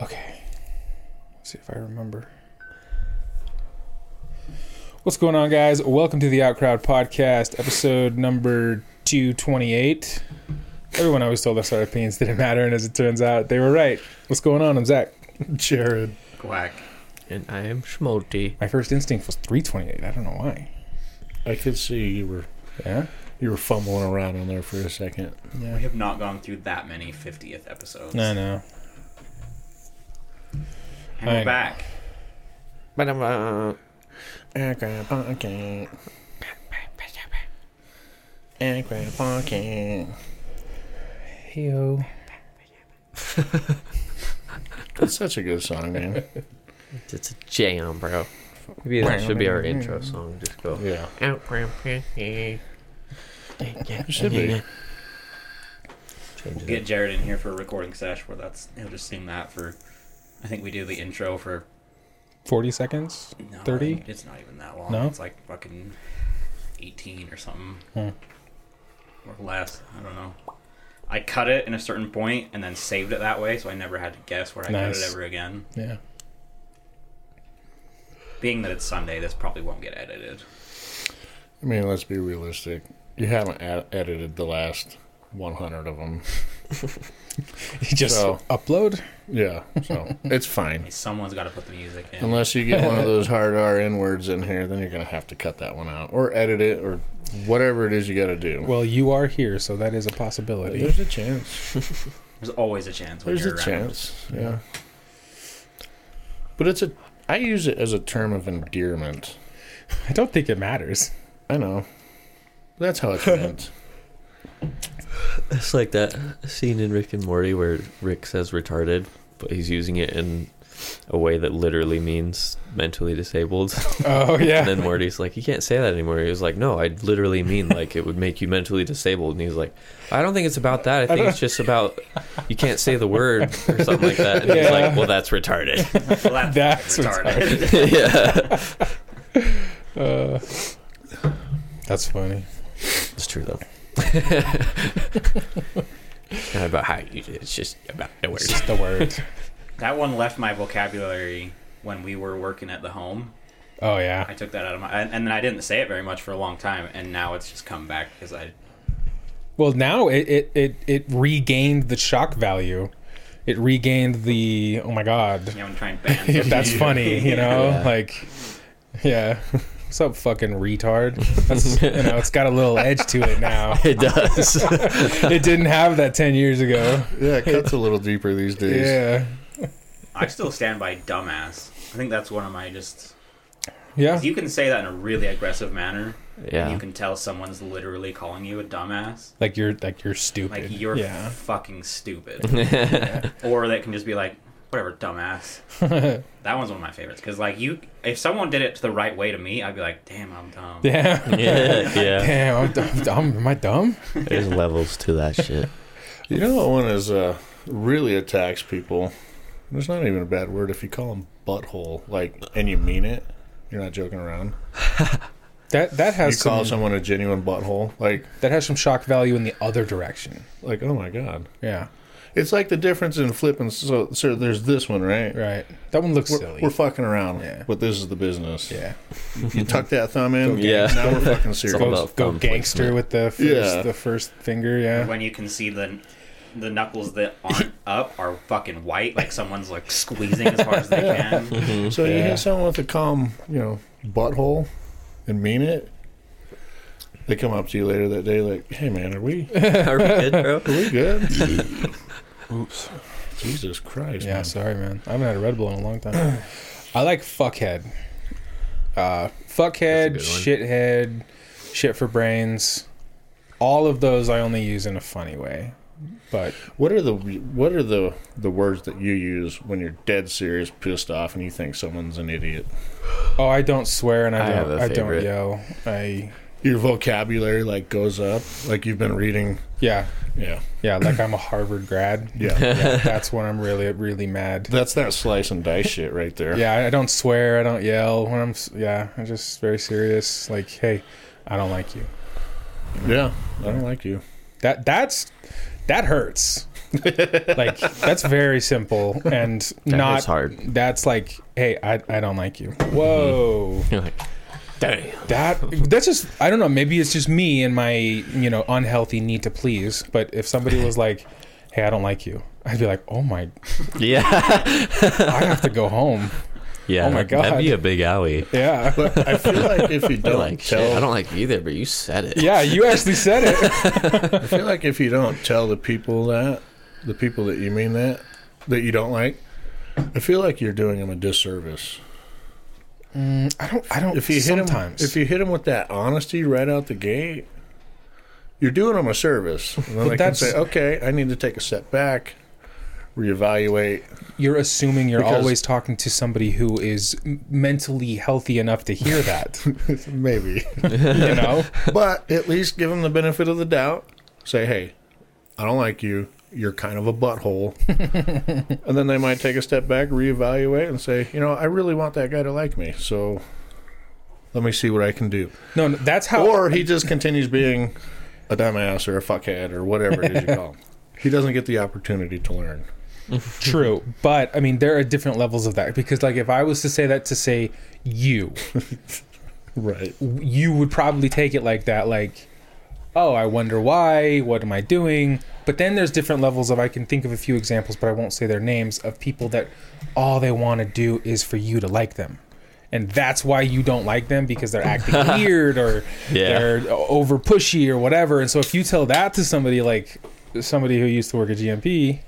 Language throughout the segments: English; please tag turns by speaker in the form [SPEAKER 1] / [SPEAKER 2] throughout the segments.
[SPEAKER 1] Okay. Let's see if I remember. What's going on, guys? Welcome to the Outcrowd Podcast, episode number 228. Everyone always told us our opinions didn't matter, and as it turns out, they were right. What's going on? I'm Zach.
[SPEAKER 2] Jared.
[SPEAKER 3] Quack.
[SPEAKER 4] And I am Schmolty.
[SPEAKER 1] My first instinct was 328. I don't know why.
[SPEAKER 2] I could see you were
[SPEAKER 1] Yeah?
[SPEAKER 2] you were fumbling around on there for a second.
[SPEAKER 3] We have not gone through that many 50th episodes.
[SPEAKER 1] No, no.
[SPEAKER 3] And
[SPEAKER 1] I-
[SPEAKER 3] we're back.
[SPEAKER 4] But I'm uh,
[SPEAKER 2] Aircraft pocket. Aircraft pocket.
[SPEAKER 1] Heyo.
[SPEAKER 2] That's such a good song, man.
[SPEAKER 4] it's a jam, bro. Maybe that should be our intro song. Just go.
[SPEAKER 2] yeah.
[SPEAKER 4] Should
[SPEAKER 2] should be.
[SPEAKER 4] Changes
[SPEAKER 3] Get
[SPEAKER 4] it.
[SPEAKER 3] Jared in here for a recording sesh where that's he'll just sing that for. I think we do the intro for
[SPEAKER 1] 40 seconds?
[SPEAKER 3] no,
[SPEAKER 1] 30?
[SPEAKER 3] It's not even that long.
[SPEAKER 1] No?
[SPEAKER 3] it's like fucking eighteen or something
[SPEAKER 1] Hmm.
[SPEAKER 3] or less. I don't know. I cut it in a certain point and then saved it that way, so I never had to guess where I cut
[SPEAKER 1] Nice.
[SPEAKER 3] it ever again.
[SPEAKER 1] Yeah.
[SPEAKER 3] Being that it's Sunday, this probably won't get edited.
[SPEAKER 2] I mean, let's be realistic. You haven't ad- edited the last 100 of them.
[SPEAKER 1] You just
[SPEAKER 2] So-
[SPEAKER 1] upload?
[SPEAKER 2] Yeah, so it's fine.
[SPEAKER 3] Someone's got to put the music in.
[SPEAKER 2] Unless you get one of those hard R N words in here, then you're going to have to cut that one out or edit it or whatever it is you got to do.
[SPEAKER 1] Well, you are here, so that is a possibility.
[SPEAKER 2] there's a chance.
[SPEAKER 3] There's always a chance. When
[SPEAKER 2] There's
[SPEAKER 3] you're
[SPEAKER 2] a
[SPEAKER 3] around.
[SPEAKER 2] chance. Yeah. But it's a. I use it as a term of endearment.
[SPEAKER 1] I don't think it matters.
[SPEAKER 2] I know. That's how it's meant.
[SPEAKER 4] It's like that scene in Rick and Morty where Rick says retarded, but he's using it in a way that literally means mentally disabled.
[SPEAKER 1] Oh,
[SPEAKER 4] And
[SPEAKER 1] yeah.
[SPEAKER 4] then Morty's like, you can't say that anymore. He was like, no, I literally mean like it would make you mentally disabled. And he's like, I don't think it's about that. I think it's just about you can't say the word or something like that. And he's
[SPEAKER 1] Yeah.
[SPEAKER 4] like, well, that's retarded.
[SPEAKER 3] Well, that's,
[SPEAKER 1] That's
[SPEAKER 3] retarded.
[SPEAKER 4] yeah,
[SPEAKER 1] Uh, that's funny.
[SPEAKER 4] it's true though. it's not about how you. It's just about the word.
[SPEAKER 1] It's just the word.
[SPEAKER 3] That one left my vocabulary when we were working at the home.
[SPEAKER 1] Oh, yeah.
[SPEAKER 3] I took that out of my, and and then I didn't say it very much for a long time, and now it's just come back because I.
[SPEAKER 1] Well, now it, it, it, it regained the shock value. It regained the, oh my God,
[SPEAKER 3] You know, I'm trying to ban.
[SPEAKER 1] if
[SPEAKER 3] it.
[SPEAKER 1] that's funny, you know? Like, yeah. What's up, fucking retard? That's, you know, it's got a little edge to it now.
[SPEAKER 4] It does.
[SPEAKER 1] It didn't have that 10 years ago.
[SPEAKER 2] yeah, it cuts a little deeper these days.
[SPEAKER 1] Yeah.
[SPEAKER 3] I still stand by dumbass. I think that's one of my just.
[SPEAKER 1] Yeah.
[SPEAKER 3] 'cause You can say that in a really aggressive manner. And
[SPEAKER 4] yeah,
[SPEAKER 3] you can tell someone's literally calling you a dumbass.
[SPEAKER 1] Like you're like you're stupid.
[SPEAKER 3] Like you're
[SPEAKER 1] yeah.
[SPEAKER 3] fucking stupid. or that can just be like, whatever, dumbass. that one's one of my favorites because like you, if someone did it the right way to me, I'd be like, damn, I'm dumb.
[SPEAKER 1] Damn.
[SPEAKER 4] yeah, yeah.
[SPEAKER 1] Damn. I'm dumb, dumb. Am I dumb?
[SPEAKER 4] There's levels to that shit.
[SPEAKER 2] You know what one is uh, really attacks people? There's not even a bad word if you call them butthole, like, and you mean it. You're not joking around.
[SPEAKER 1] That that
[SPEAKER 2] You
[SPEAKER 1] has some,
[SPEAKER 2] call someone a genuine butthole, like,
[SPEAKER 1] that has some shock value in the other direction.
[SPEAKER 2] like, oh my god.
[SPEAKER 1] Yeah.
[SPEAKER 2] It's like the difference in flipping. So, so there's this one, right?
[SPEAKER 1] Right. That one looks
[SPEAKER 2] We're,
[SPEAKER 1] silly.
[SPEAKER 2] we're fucking around,
[SPEAKER 1] Yeah.
[SPEAKER 2] but this is the business.
[SPEAKER 1] yeah.
[SPEAKER 2] You tuck that thumb in,
[SPEAKER 4] Yeah.
[SPEAKER 2] Now we're fucking serious.
[SPEAKER 4] all
[SPEAKER 1] Go,
[SPEAKER 4] about
[SPEAKER 1] go
[SPEAKER 4] thumb
[SPEAKER 1] gangster
[SPEAKER 4] placement.
[SPEAKER 1] with the first
[SPEAKER 2] Yeah.
[SPEAKER 1] the first finger. Yeah.
[SPEAKER 3] when you can see the the knuckles that aren't up are fucking white, like someone's like squeezing as hard as they can.
[SPEAKER 2] So you
[SPEAKER 1] Yeah.
[SPEAKER 2] hit someone with a calm, you know, butthole and mean it. They come up to you later that day, like, "Hey, man, are we are
[SPEAKER 4] Are we good, bro?
[SPEAKER 2] we good?"
[SPEAKER 1] Oops.
[SPEAKER 2] Jesus Christ!
[SPEAKER 1] Yeah.
[SPEAKER 2] man.
[SPEAKER 1] Sorry, man. I haven't had a Red Bull in a long time. I like fuckhead. Uh, fuckhead,
[SPEAKER 4] That's a
[SPEAKER 1] shithead, shit for brains. All of those I only use in a funny way, but
[SPEAKER 2] What are the what are the the words that you use when you're dead serious, pissed off, and you think someone's an idiot?
[SPEAKER 1] oh, I don't swear and I
[SPEAKER 4] I have
[SPEAKER 1] don't.
[SPEAKER 4] a
[SPEAKER 1] I don't
[SPEAKER 4] favorite.
[SPEAKER 1] yell. I
[SPEAKER 2] Your vocabulary like goes up, like you've been reading.
[SPEAKER 1] yeah
[SPEAKER 2] Yeah,
[SPEAKER 1] yeah like I'm a Harvard grad.
[SPEAKER 2] yeah.
[SPEAKER 1] Yeah, that's when I'm really really mad.
[SPEAKER 2] That's that slice and dice shit right there.
[SPEAKER 1] Yeah, I- I don't swear. I don't yell when I'm. s- Yeah, I'm just very serious. Like, hey, I don't like you.
[SPEAKER 2] yeah. I don't like you.
[SPEAKER 1] That that's that hurts. like that's very simple and
[SPEAKER 4] That
[SPEAKER 1] not
[SPEAKER 4] was hard. Mm-hmm.
[SPEAKER 1] That's like, hey, I, I don't like you. Whoa,
[SPEAKER 4] You're like, dang.
[SPEAKER 1] that that's just I don't know. Maybe it's just me and my you know unhealthy need to please. But if somebody was like, hey, I don't like you, I'd be like, oh my,
[SPEAKER 4] Yeah.
[SPEAKER 1] I have to go home.
[SPEAKER 4] Yeah.
[SPEAKER 1] Oh my God.
[SPEAKER 4] That'd be a big alley.
[SPEAKER 1] Yeah,
[SPEAKER 2] But I feel like if you
[SPEAKER 4] You're
[SPEAKER 2] don't
[SPEAKER 4] like,
[SPEAKER 2] tell,
[SPEAKER 4] shit, I don't like you either, but you said it.
[SPEAKER 1] yeah, you actually said it.
[SPEAKER 2] I feel like if you don't tell the people that, the people that you mean that, that you don't like, I feel like you're doing them a disservice.
[SPEAKER 1] Mm, I don't. I don't.
[SPEAKER 2] If you hit
[SPEAKER 1] sometimes.
[SPEAKER 2] them, if you hit them with that honesty right out the gate, you're doing them a service. And
[SPEAKER 1] But
[SPEAKER 2] then they can
[SPEAKER 1] that's-
[SPEAKER 2] say, "Okay, I need to take a step back, reevaluate."
[SPEAKER 1] You're assuming you're
[SPEAKER 2] Because-
[SPEAKER 1] always talking to somebody who is m- mentally healthy enough to hear that.
[SPEAKER 2] Maybe,
[SPEAKER 1] you know?
[SPEAKER 2] but at least give them the benefit of the doubt. Say, "Hey, I don't like you. You're kind of a butthole," and then they might take a step back, reevaluate, and say, "You know, I really want that guy to like me, so." Let me see what I can do.
[SPEAKER 1] No, no that's how.
[SPEAKER 2] Or he just continues being a dumbass or a fuckhead or whatever it is you call him. He doesn't get the opportunity to learn.
[SPEAKER 1] True, but I mean there are different levels of that because like if I was to say that to say you,
[SPEAKER 2] Right.
[SPEAKER 1] you would probably take it like that like oh, I wonder why, what am I doing? But then there's different levels of I can think of a few examples but I won't say their names of people that all they want to do is for you to like them. And that's why you don't like them because they're acting weird or
[SPEAKER 4] Yeah.
[SPEAKER 1] they're over pushy or whatever. And so if you tell that to somebody like somebody who used to work at GMP,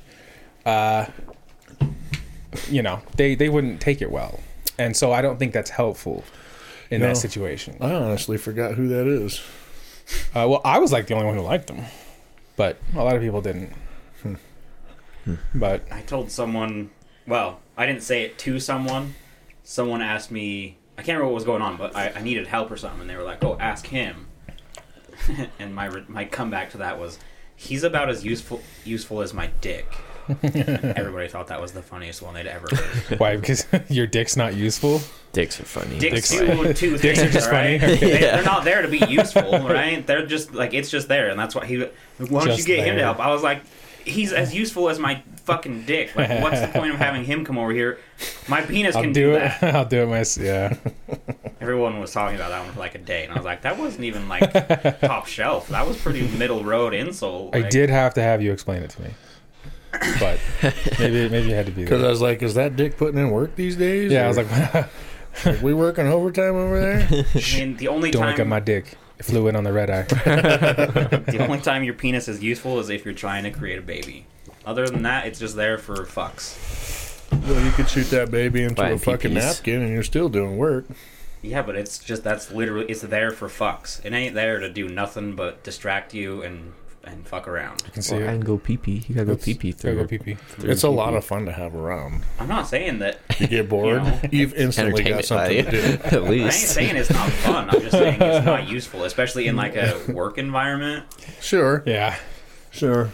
[SPEAKER 1] uh, you know, they, they wouldn't take it well. And so I don't think that's helpful in
[SPEAKER 2] No.
[SPEAKER 1] that situation. Uh,
[SPEAKER 2] I honestly forgot who that is.
[SPEAKER 1] well, I was like the only one who liked them, but a lot of people didn't. Hmm. But
[SPEAKER 3] I told someone, well, I didn't say it to someone. Someone asked me, I can't remember what was going on, but I, I needed help or something, and they were like, "Oh, ask him." and my re- my comeback to that was, "He's about as useful useful as my dick." Everybody thought that was the funniest one they'd ever heard.
[SPEAKER 1] why? Because your dick's not useful.
[SPEAKER 4] Dicks are funny.
[SPEAKER 1] Dicks-
[SPEAKER 3] Dicks, do two
[SPEAKER 1] dicks are
[SPEAKER 3] things,
[SPEAKER 1] just
[SPEAKER 3] all right?
[SPEAKER 1] funny.
[SPEAKER 3] They,
[SPEAKER 4] Yeah.
[SPEAKER 3] They're not there to be useful, right? They're just like it's just there, and that's why he. Why don't you
[SPEAKER 1] Just
[SPEAKER 3] get him to
[SPEAKER 1] there.
[SPEAKER 3] help? I was like, he's as useful as my fucking dick. Like, what's the point of having him come over here? My penis
[SPEAKER 1] I'll
[SPEAKER 3] can
[SPEAKER 1] do,
[SPEAKER 3] do,
[SPEAKER 1] it.
[SPEAKER 3] that.
[SPEAKER 1] I'll do it myself. Yeah.
[SPEAKER 3] Everyone was talking about that one for like a day, and I was like, that wasn't even like top shelf. That was pretty middle road insole.
[SPEAKER 1] I
[SPEAKER 3] like-
[SPEAKER 1] did have to have you explain it to me, but maybe maybe you had to be
[SPEAKER 2] Because I
[SPEAKER 1] there.
[SPEAKER 2] was like, is that dick putting in work these days?
[SPEAKER 1] Yeah, I was
[SPEAKER 2] Or
[SPEAKER 1] like,
[SPEAKER 2] "Are we working overtime over there?
[SPEAKER 3] I mean, the only
[SPEAKER 1] don't
[SPEAKER 3] time
[SPEAKER 1] look at my dick. It flew in on the red eye.
[SPEAKER 3] the only time your penis is useful is if you're trying to create a baby. Other than that, it's just there for fucks.
[SPEAKER 2] well, you could shoot that baby into
[SPEAKER 4] Buying
[SPEAKER 2] a fucking
[SPEAKER 4] PPs.
[SPEAKER 2] napkin and you're still doing work.
[SPEAKER 3] Yeah, but it's just that's literally it's there for fucks. It ain't there to do nothing but distract you and and fuck around.
[SPEAKER 1] You can see
[SPEAKER 4] Well, I
[SPEAKER 1] it.
[SPEAKER 4] can go pee pee. You gotta go
[SPEAKER 1] Oops.
[SPEAKER 4] pee pee
[SPEAKER 1] Gotta
[SPEAKER 4] through.
[SPEAKER 1] Go pee pee.
[SPEAKER 4] through
[SPEAKER 2] It's a
[SPEAKER 4] pee-pee.
[SPEAKER 2] lot of fun to have around.
[SPEAKER 3] I'm not saying that.
[SPEAKER 2] You get bored,
[SPEAKER 3] know.
[SPEAKER 2] you've instantly got
[SPEAKER 4] entertainment value.
[SPEAKER 2] something to do.
[SPEAKER 4] At
[SPEAKER 3] I ain't
[SPEAKER 4] least.
[SPEAKER 3] saying it's not fun. I'm just saying it's not useful, especially in like a work environment.
[SPEAKER 2] Sure,
[SPEAKER 1] Yeah.
[SPEAKER 2] sure.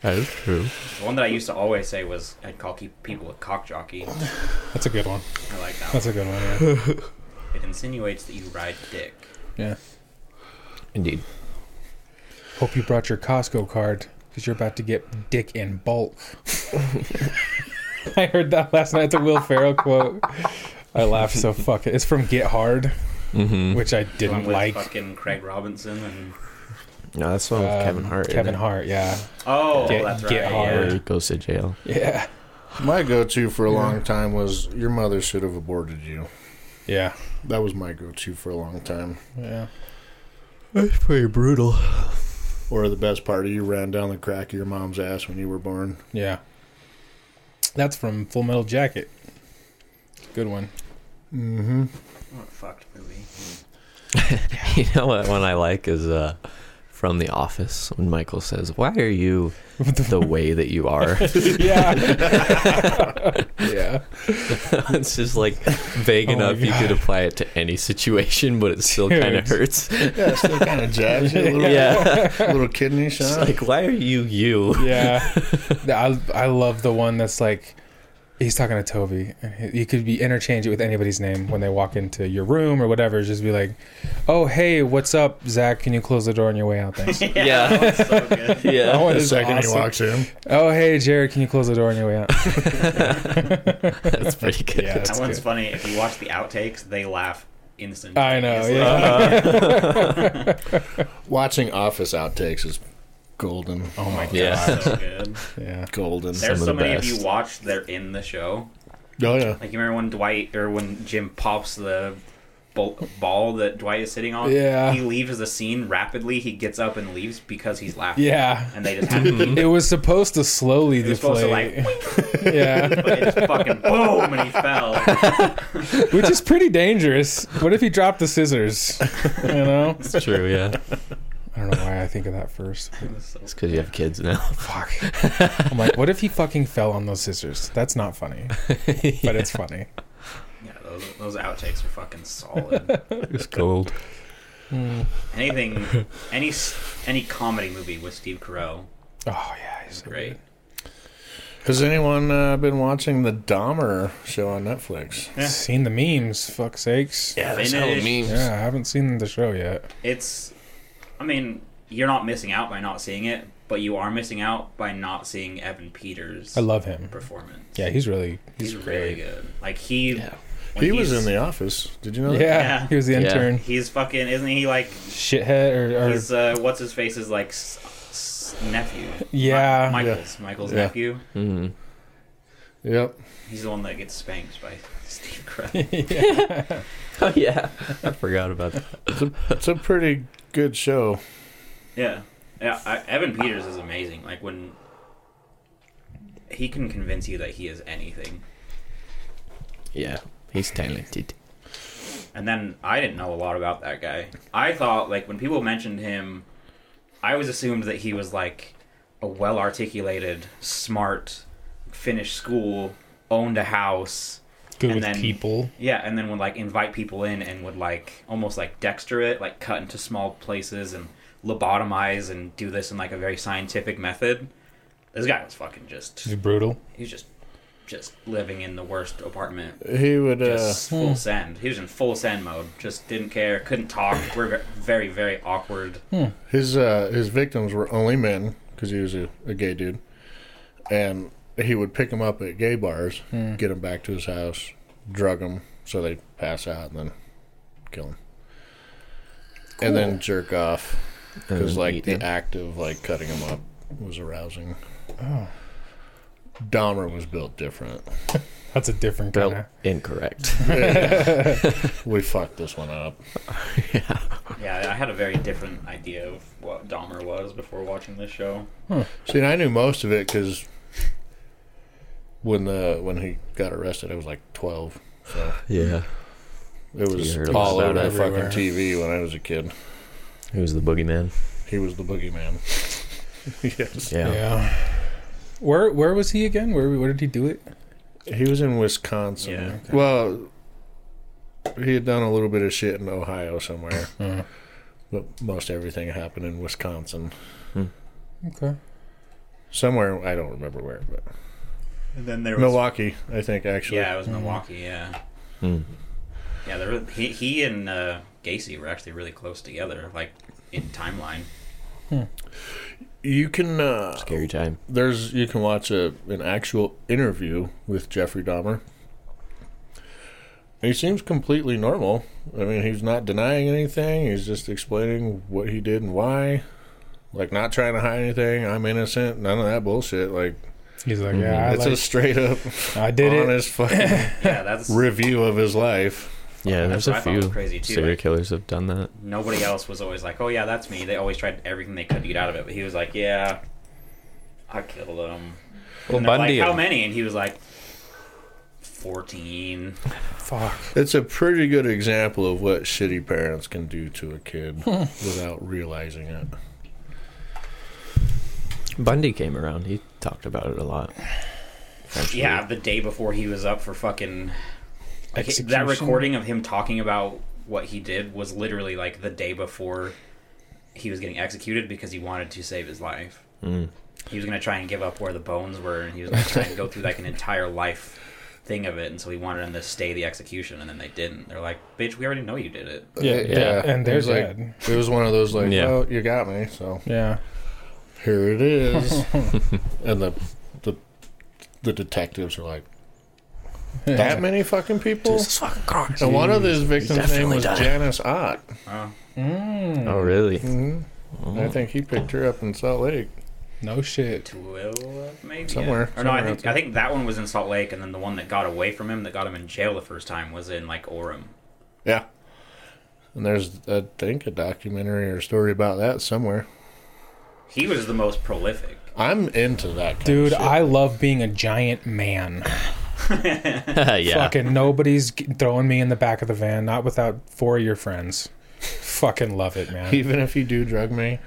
[SPEAKER 4] That is true.
[SPEAKER 3] The one that I used to always say was I'd call keep people a cock jockey. I
[SPEAKER 1] That's a good one.
[SPEAKER 3] like that.
[SPEAKER 1] That's a good one.
[SPEAKER 3] one. It insinuates that you ride dick.
[SPEAKER 1] Yeah. yeah.
[SPEAKER 4] Indeed.
[SPEAKER 1] Hope you brought your Costco card because you're about to get dick in bulk. I heard that last night. It's a Will Ferrell quote. I laughed so fuck it. It's from Get Hard,
[SPEAKER 4] Mm-hmm.
[SPEAKER 1] which I
[SPEAKER 3] The one
[SPEAKER 1] didn't
[SPEAKER 3] with
[SPEAKER 1] like.
[SPEAKER 3] fucking Craig Robinson and
[SPEAKER 4] No, that's the one Oh, with
[SPEAKER 1] Um,
[SPEAKER 4] Kevin Hart. isn't
[SPEAKER 1] Kevin
[SPEAKER 4] it?
[SPEAKER 1] Hart, yeah.
[SPEAKER 3] oh,
[SPEAKER 1] Get-
[SPEAKER 3] that's right.
[SPEAKER 1] get
[SPEAKER 4] Where
[SPEAKER 1] hard.
[SPEAKER 3] Yeah.
[SPEAKER 4] he goes to jail.
[SPEAKER 1] Yeah.
[SPEAKER 2] My go-to for a long time was your mother should have aborted you.
[SPEAKER 1] Yeah.
[SPEAKER 2] That was my go-to for a long time.
[SPEAKER 1] Yeah.
[SPEAKER 4] That's pretty brutal.
[SPEAKER 2] Or the best part of you ran down the crack of your mom's ass when you were born.
[SPEAKER 1] Yeah. That's from Full Metal Jacket. Good one.
[SPEAKER 2] Mm-hmm.
[SPEAKER 3] What a fucked movie.
[SPEAKER 4] You know what one I like is uh, from The Office when Michael says, "Why are you the way that you are?"
[SPEAKER 1] yeah. yeah.
[SPEAKER 4] it's just like vague
[SPEAKER 1] Oh my
[SPEAKER 4] enough you
[SPEAKER 1] God.
[SPEAKER 4] could apply it to any situation, but it still
[SPEAKER 1] Dude.
[SPEAKER 4] kind of hurts.
[SPEAKER 2] Yeah, it still kind of jabs you a little,
[SPEAKER 4] yeah,
[SPEAKER 2] little kidney
[SPEAKER 4] it's
[SPEAKER 2] shot.
[SPEAKER 4] like why are you you?
[SPEAKER 1] Yeah. I, I love the one that's like, He's talking to Toby, and he- you could be interchange it with anybody's name when they walk into your room or whatever. Just be like, "Oh, hey, what's up, Zach? Can you close the door on your way out? Thanks."
[SPEAKER 4] Yeah.
[SPEAKER 3] that one's so good.
[SPEAKER 1] That
[SPEAKER 4] Yeah.
[SPEAKER 1] one
[SPEAKER 2] The
[SPEAKER 1] is
[SPEAKER 2] second
[SPEAKER 1] awesome.
[SPEAKER 2] he walks in,
[SPEAKER 1] Oh, hey, Jared, can you close the door on your way out?
[SPEAKER 4] That's pretty good.
[SPEAKER 1] Yeah.
[SPEAKER 3] that
[SPEAKER 1] That's
[SPEAKER 3] one's
[SPEAKER 1] good.
[SPEAKER 3] funny. If you watch the outtakes, they laugh instantly.
[SPEAKER 1] I know.
[SPEAKER 3] It's
[SPEAKER 1] Yeah.
[SPEAKER 3] like-
[SPEAKER 2] watching Office outtakes is golden.
[SPEAKER 1] oh my god.
[SPEAKER 4] Yeah.
[SPEAKER 3] so good.
[SPEAKER 1] Yeah.
[SPEAKER 2] Golden.
[SPEAKER 3] There's
[SPEAKER 4] of
[SPEAKER 3] so
[SPEAKER 4] the
[SPEAKER 3] many of
[SPEAKER 4] best.
[SPEAKER 3] you watched that are in the show.
[SPEAKER 2] Oh yeah.
[SPEAKER 3] Like you remember when Dwight or when Jim pops the bol- ball that Dwight is sitting on?
[SPEAKER 1] Yeah.
[SPEAKER 3] He leaves the scene rapidly. He gets up and leaves because he's laughing.
[SPEAKER 1] Yeah.
[SPEAKER 3] And they just have to keep
[SPEAKER 1] It was supposed to slowly
[SPEAKER 3] It was supposed to like,
[SPEAKER 1] deflate. yeah.
[SPEAKER 3] but it just fucking boom, and he fell.
[SPEAKER 1] Which is pretty dangerous. What if he dropped the scissors? You know?
[SPEAKER 4] That's true, yeah.
[SPEAKER 1] I don't know why I think of that first. but
[SPEAKER 4] It's because you have kids now.
[SPEAKER 1] Fuck. I'm like, what if he fucking fell on those scissors? That's not funny, but it's funny.
[SPEAKER 3] Yeah, those, those outtakes are fucking solid.
[SPEAKER 4] It's gold.
[SPEAKER 3] Hmm. Anything, any s- any comedy movie with Steve Carell,
[SPEAKER 1] Oh yeah, he's so
[SPEAKER 3] great.
[SPEAKER 2] Has anyone uh, been watching the Dahmer show on Netflix?
[SPEAKER 1] good. Seen the memes? Fuck sakes.
[SPEAKER 2] Yeah,
[SPEAKER 3] that's hella memes.
[SPEAKER 1] Yeah, I haven't seen the show yet.
[SPEAKER 3] It's, I mean, you're not missing out by not seeing it, but you are missing out by not seeing Evan Peters'
[SPEAKER 1] I love him.
[SPEAKER 3] performance.
[SPEAKER 1] Yeah, he's really
[SPEAKER 3] he's,
[SPEAKER 1] he's,
[SPEAKER 3] really
[SPEAKER 1] great.
[SPEAKER 3] good. Like he, when
[SPEAKER 2] He was
[SPEAKER 3] he's-
[SPEAKER 2] in the office. Did you know
[SPEAKER 1] Yeah,
[SPEAKER 2] that?
[SPEAKER 3] Yeah.
[SPEAKER 1] he was the
[SPEAKER 4] Yeah.
[SPEAKER 1] intern
[SPEAKER 3] He's fucking, isn't he? Like
[SPEAKER 1] shithead or, or
[SPEAKER 3] he's uh, what's his face is like s- s- nephew.
[SPEAKER 1] Yeah.
[SPEAKER 3] Mi- Michael's Michael's
[SPEAKER 2] Yeah.
[SPEAKER 3] nephew.
[SPEAKER 4] Mm.
[SPEAKER 2] Yep.
[SPEAKER 3] He's the one that gets spanked by Steve Carell.
[SPEAKER 4] Oh, yeah. I forgot about that.
[SPEAKER 2] It's a pretty good show.
[SPEAKER 3] yeah, yeah. I, Evan Peters is amazing. Like when he can convince you that he is anything.
[SPEAKER 4] Yeah. He's talented.
[SPEAKER 3] And then I didn't know a lot about that guy. I thought like when people mentioned him, I was assumed that he was like a well articulated, smart, finished school, owned a house.
[SPEAKER 1] good
[SPEAKER 3] and
[SPEAKER 1] with
[SPEAKER 3] then-
[SPEAKER 1] people.
[SPEAKER 3] Yeah, and then would like invite people in and would like almost like dexter it, like cut into small places and lobotomize and do this in like a very scientific method. This guy was fucking just
[SPEAKER 1] He's brutal.
[SPEAKER 3] he was just just living in the worst apartment.
[SPEAKER 2] He would. Uh,
[SPEAKER 3] Just full send. He was in full send mode. Just didn't care. Couldn't talk. We're ve- very, very awkward.
[SPEAKER 2] his uh, his victims were only men because he was a, a gay dude, and he would pick them up at gay bars,
[SPEAKER 4] Hmm.
[SPEAKER 2] get them back to his house, drug them so they pass out, and then kill them, and then jerk off because
[SPEAKER 4] then
[SPEAKER 2] like
[SPEAKER 4] eat
[SPEAKER 2] the
[SPEAKER 4] them.
[SPEAKER 2] act of like cutting them up was arousing.
[SPEAKER 3] Oh.
[SPEAKER 2] Dahmer was built different.
[SPEAKER 1] That's a different
[SPEAKER 4] Well,
[SPEAKER 3] Uh-huh.
[SPEAKER 1] guy.
[SPEAKER 4] incorrect.
[SPEAKER 2] We fucked this one up.
[SPEAKER 3] Yeah, I had a very different idea of what Dahmer was before watching this show.
[SPEAKER 2] See, and I knew most of it because when the when he got arrested, I was like twelve. So
[SPEAKER 4] yeah.
[SPEAKER 2] it was
[SPEAKER 4] You heard
[SPEAKER 2] all
[SPEAKER 4] about
[SPEAKER 2] over
[SPEAKER 4] it
[SPEAKER 2] the
[SPEAKER 1] everywhere.
[SPEAKER 2] fucking TV when I was a kid.
[SPEAKER 4] He was the boogeyman.
[SPEAKER 2] He was the boogeyman. yes,
[SPEAKER 4] Yeah.
[SPEAKER 1] Yeah. Where where was he again? Where where did he do it?
[SPEAKER 2] he was in Wisconsin.
[SPEAKER 3] Yeah.
[SPEAKER 2] Well, he had done a little bit of shit in Ohio somewhere,
[SPEAKER 3] Hmm.
[SPEAKER 2] but most everything happened in Wisconsin.
[SPEAKER 1] Okay.
[SPEAKER 2] Somewhere I don't remember where, but
[SPEAKER 3] And then there Hmm.
[SPEAKER 2] Milwaukee, I think actually.
[SPEAKER 3] Yeah, it was Milwaukee. Yeah,
[SPEAKER 4] Mm.
[SPEAKER 3] yeah. There were, he he and uh, Gacy were actually really close together, like in timeline.
[SPEAKER 2] You can uh,
[SPEAKER 4] Scary time.
[SPEAKER 2] there's you can watch a, an actual interview with Jeffrey Dahmer. He seems completely normal. I mean, he's not denying anything. He's just explaining what he did and why. Like not trying to hide anything. I'm innocent. None of that bullshit. Like
[SPEAKER 1] He's like, yeah,
[SPEAKER 3] Hmm.
[SPEAKER 1] I,
[SPEAKER 2] it's a
[SPEAKER 1] like,
[SPEAKER 2] straight up
[SPEAKER 1] I did it.
[SPEAKER 2] honest fucking
[SPEAKER 3] Yeah, that's
[SPEAKER 2] review of his life.
[SPEAKER 4] Yeah,
[SPEAKER 3] That's
[SPEAKER 4] there's
[SPEAKER 3] what I
[SPEAKER 4] a
[SPEAKER 3] thought was
[SPEAKER 4] few
[SPEAKER 3] crazy, too,
[SPEAKER 4] serial
[SPEAKER 3] like-
[SPEAKER 4] killers have done that.
[SPEAKER 3] nobody else was always like, "Oh yeah, that's me." They always tried everything they could to get out of it, but he was like, "Yeah, I killed him." And
[SPEAKER 4] Well,
[SPEAKER 3] they're
[SPEAKER 4] Bundy. uh,
[SPEAKER 3] Like, How many? And he was like, 14.
[SPEAKER 1] Fuck.
[SPEAKER 2] It's a pretty good example of what shitty parents can do to a kid
[SPEAKER 1] Hmm.
[SPEAKER 2] without realizing it.
[SPEAKER 4] Bundy came around. He talked about it a lot. Eventually.
[SPEAKER 3] Yeah, the day before he was up for fucking. Like, he- that
[SPEAKER 1] Execution?
[SPEAKER 3] recording of him talking about what he did was literally
[SPEAKER 4] Mm.
[SPEAKER 3] like the day before he was getting executed because he wanted to save his life. he was gonna try and give up where the bones were, and he was gonna try and go through like an entire life thing of it, and so he wanted him to stay the execution, and then they didn't. They're like, "Bitch, we already know you did it."
[SPEAKER 2] Yeah,
[SPEAKER 4] yeah.
[SPEAKER 1] And
[SPEAKER 2] It was
[SPEAKER 1] they're
[SPEAKER 2] like it was one of those like,
[SPEAKER 4] Yeah.
[SPEAKER 2] oh, you got me, so
[SPEAKER 1] Yeah.
[SPEAKER 2] here it is. and the the the detectives are like, that many fucking
[SPEAKER 3] Oh,
[SPEAKER 2] people. and one of those victims' name was Janice Ott.
[SPEAKER 3] Oh,
[SPEAKER 4] Oh, really?
[SPEAKER 2] And I think he picked her up in Salt Lake.
[SPEAKER 1] No shit.
[SPEAKER 3] Tooele, maybe
[SPEAKER 2] Somewhere,
[SPEAKER 3] Or no, I
[SPEAKER 2] somewhere out
[SPEAKER 3] think
[SPEAKER 2] there.
[SPEAKER 3] I think that one was in Salt Lake, and then the one that got away from him, that got him in jail the first time, was in like Orem.
[SPEAKER 2] Yeah. And there's, I think, a documentary or story about that somewhere.
[SPEAKER 3] He was the most prolific.
[SPEAKER 2] I'm into that kind
[SPEAKER 1] Dude,
[SPEAKER 2] of shit.
[SPEAKER 1] I love being a giant man.
[SPEAKER 4] yeah.
[SPEAKER 1] Fucking nobody's g- throwing me in the back of the van, not without four of your friends. Fucking love it, man.
[SPEAKER 2] Even if you do drug me,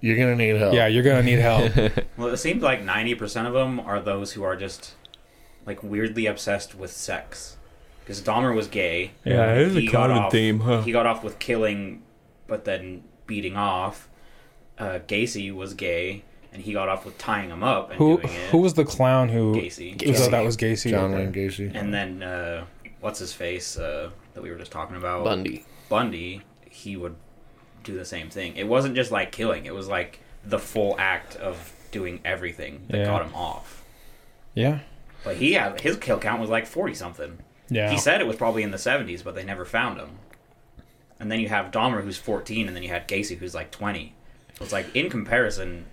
[SPEAKER 2] you're gonna need help.
[SPEAKER 1] Yeah, you're gonna need help.
[SPEAKER 3] Well, it seems like ninety percent of them are those who are just like weirdly obsessed with sex. Because Dahmer was gay.
[SPEAKER 4] Yeah, it is a
[SPEAKER 3] He got
[SPEAKER 4] common
[SPEAKER 3] off-
[SPEAKER 4] theme, huh?
[SPEAKER 3] He got off with killing, but then beating off. Uh, Gacy was gay, and he got off with tying him up and
[SPEAKER 1] who
[SPEAKER 3] doing it.
[SPEAKER 1] who was the clown who?
[SPEAKER 3] Gacy?
[SPEAKER 1] It was- oh, that was Gacy.
[SPEAKER 2] John
[SPEAKER 1] Okay.
[SPEAKER 2] Wayne Gacy.
[SPEAKER 3] And then uh, what's his face uh, that we were just talking about?
[SPEAKER 5] Bundy.
[SPEAKER 3] Bundy, he would do the same thing. It wasn't just like killing; it was like the full act of doing everything that
[SPEAKER 1] Yeah.
[SPEAKER 3] got him off.
[SPEAKER 1] Yeah.
[SPEAKER 3] But he had his kill count was like forty something.
[SPEAKER 1] Yeah.
[SPEAKER 3] He said it was probably in the seventies, but they never found him. And then you have Dahmer, who's fourteen, and then you had Gacy, who's like twenty. So it's like in comparison,